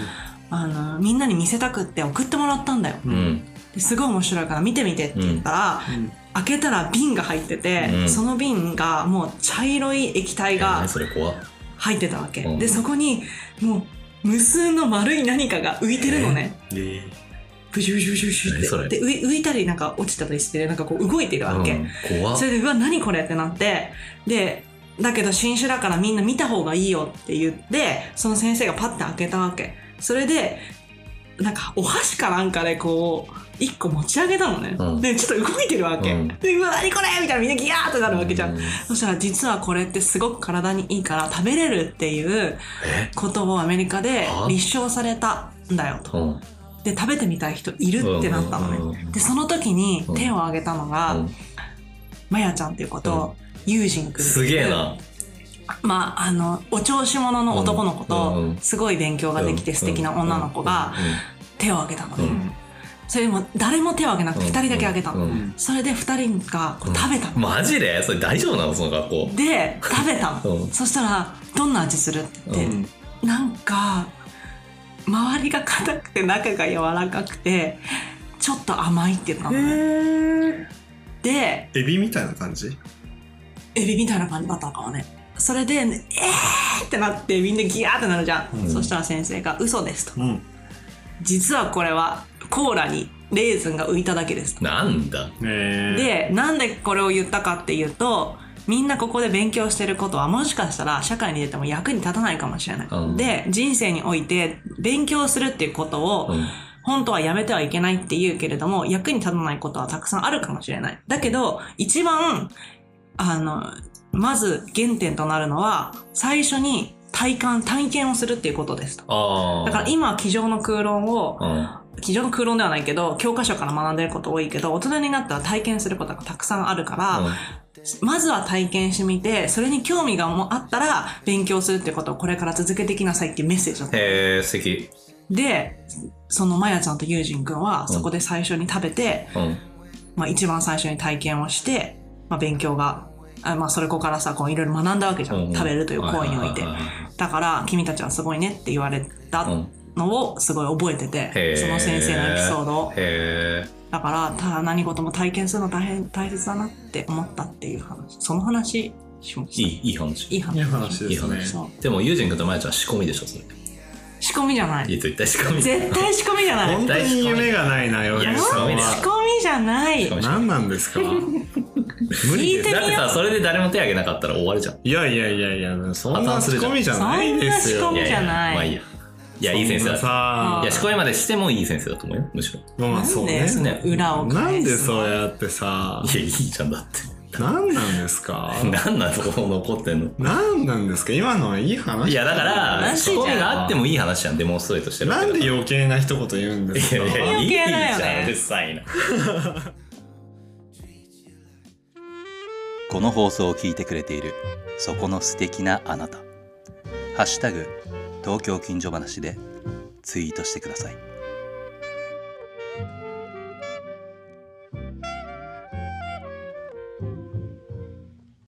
あの、みんなに見せたくって送ってもらったんだよ。
うん
ですごい面白いから見てみてって言ったら、
うん
開けたら瓶が入ってて、
うん
その瓶がもう茶色い液体が
何それ怖っ
入ってたわけ、
うん
でそこにもう無数の丸い何かが浮いてるのね、
え
ブシュブシュブシュブシュ
何それ
ってで浮い浮いたりなんか落ちたりしてなんかこう動いてるわけ、
うん怖っ
それでうわ何これってなってでだけど新種だからみんな見た方がいいよって言ってその先生がパッて開けたわけそれでなんかお箸かなんかでこう一個持ち上げたのね、
うん
でちょっと動いてるわけ、
うん
でうわ何これみたいなみんなギヤーってなるわけじゃん、
うん
そしたら実はこれってすごく体にいいから食べれるっていう
え
ことをアメリカで
は
立証されたんだよと。
うん
で食べてみたい人いるってなったのね、
うんうんうん
でその時に
うん
手を挙げたのが、
うん
まやちゃんっていうこと、ユージン君
すげえな
まああのお調子者の男の子
うんうんう
と
ん
すごい勉強ができて素敵な女の子が手を挙げたのね、
うん
それでも誰も手を挙げなく
う
て
ん
2人だけ挙げたの、
うん
それで2人がこう食べたの、
マジでそれ大丈夫なのその学校
で食べたの、
うん
そしたら「どんな味する?」って言って、なんか周りが硬くて中が柔らかくてちょっと甘いって言ったの、ねで
エビみたいな感じ
エビみたいな感じだったのかもねそれで、ねえーってなってみんなギヤーってなるじゃん、
うん
そしたら先生が「嘘です」と
うん。
「実はこれはコーラにレーズンが浮いただけです」と
なんだ
ええ。
でなんでこれを言ったかっていうとみんなここで勉強してることはもしかしたら社会に出ても役に立たないかもしれない、
うん
で人生において勉強するっていうことを、
うん
本当はやめてはいけないって言うけれども、役に立たないことはたくさんあるかもしれない。だけど、一番、あの、まず原点となるのは、最初に体感、体験をするっていうことですと。
ああ
だから今、机上の空論を、
うん
机上の空論ではないけど、教科書から学んでること多いけど、大人になったら体験することがたくさんあるから、まずは体験してみて、それに興味がもあったら、勉強するってことをこれから続けていきなさいっていうメッセージだった。
へえ素敵
で、そのまやちゃんとゆうじんくんは、そこで最初に食べて、
うん
まあ一番最初に体験をして、まあ勉強が、あまあそれこからさ、こういろいろ学んだわけじゃん。食べるという行為において
は。はは
だから、君たちはすごいねって言われた
は
のをすごい覚えて
へ
て、
ー
その先生のエピソードを
うん。へえ
だから、ただ何事も体験するの大変、大切だなって思ったっていう話。その話しま
い
し
いいい話
た。
い
いい
い
話。
話ですね。
そう。
でもユージン君とマヤちゃん仕込みでしょそれ
仕込みじゃないい。
いと言った仕込み
絶対仕込みじゃない。
本当に夢がないな、よ
いや
さん
そう
仕
だ
は。
込みじゃない。
何なん
[LAUGHS]
ですか無
聞
理
い
で
て
す。
だ
み
って
よう
さ。それで誰も手挙げなかったら終わるじゃん
いやいやいやいや、そん
破
な
綻す
仕
るじゃ
込みじゃ
ん
ないです
そ
よ
ん。な仕込みじゃない
まあいいやいやいい先生だ
そんなさ
いや仕込みまでしてもいい先生だと思うよむしろ
まあ
なんで
そうね。
その裏を返す
な
の
んでそうやってさ
い、やいいじゃんだっ
なんなんですか
てなんなんそこ残ってんの
なんなんですか今のはいい話
いやだから
らしい
仕
じ
込
ゃん
みがあってもいい話じゃんデモンストレートしてるわけ
な
だ
ん
から
で余計な一言言うんです
い
か
やいやいいじ
余計だよ
ゃん
ね
うるさいな
[LAUGHS] この放送を聞いてくれているそこの素敵なあなた「ハッシュタグ東京近所話」でツイートしてください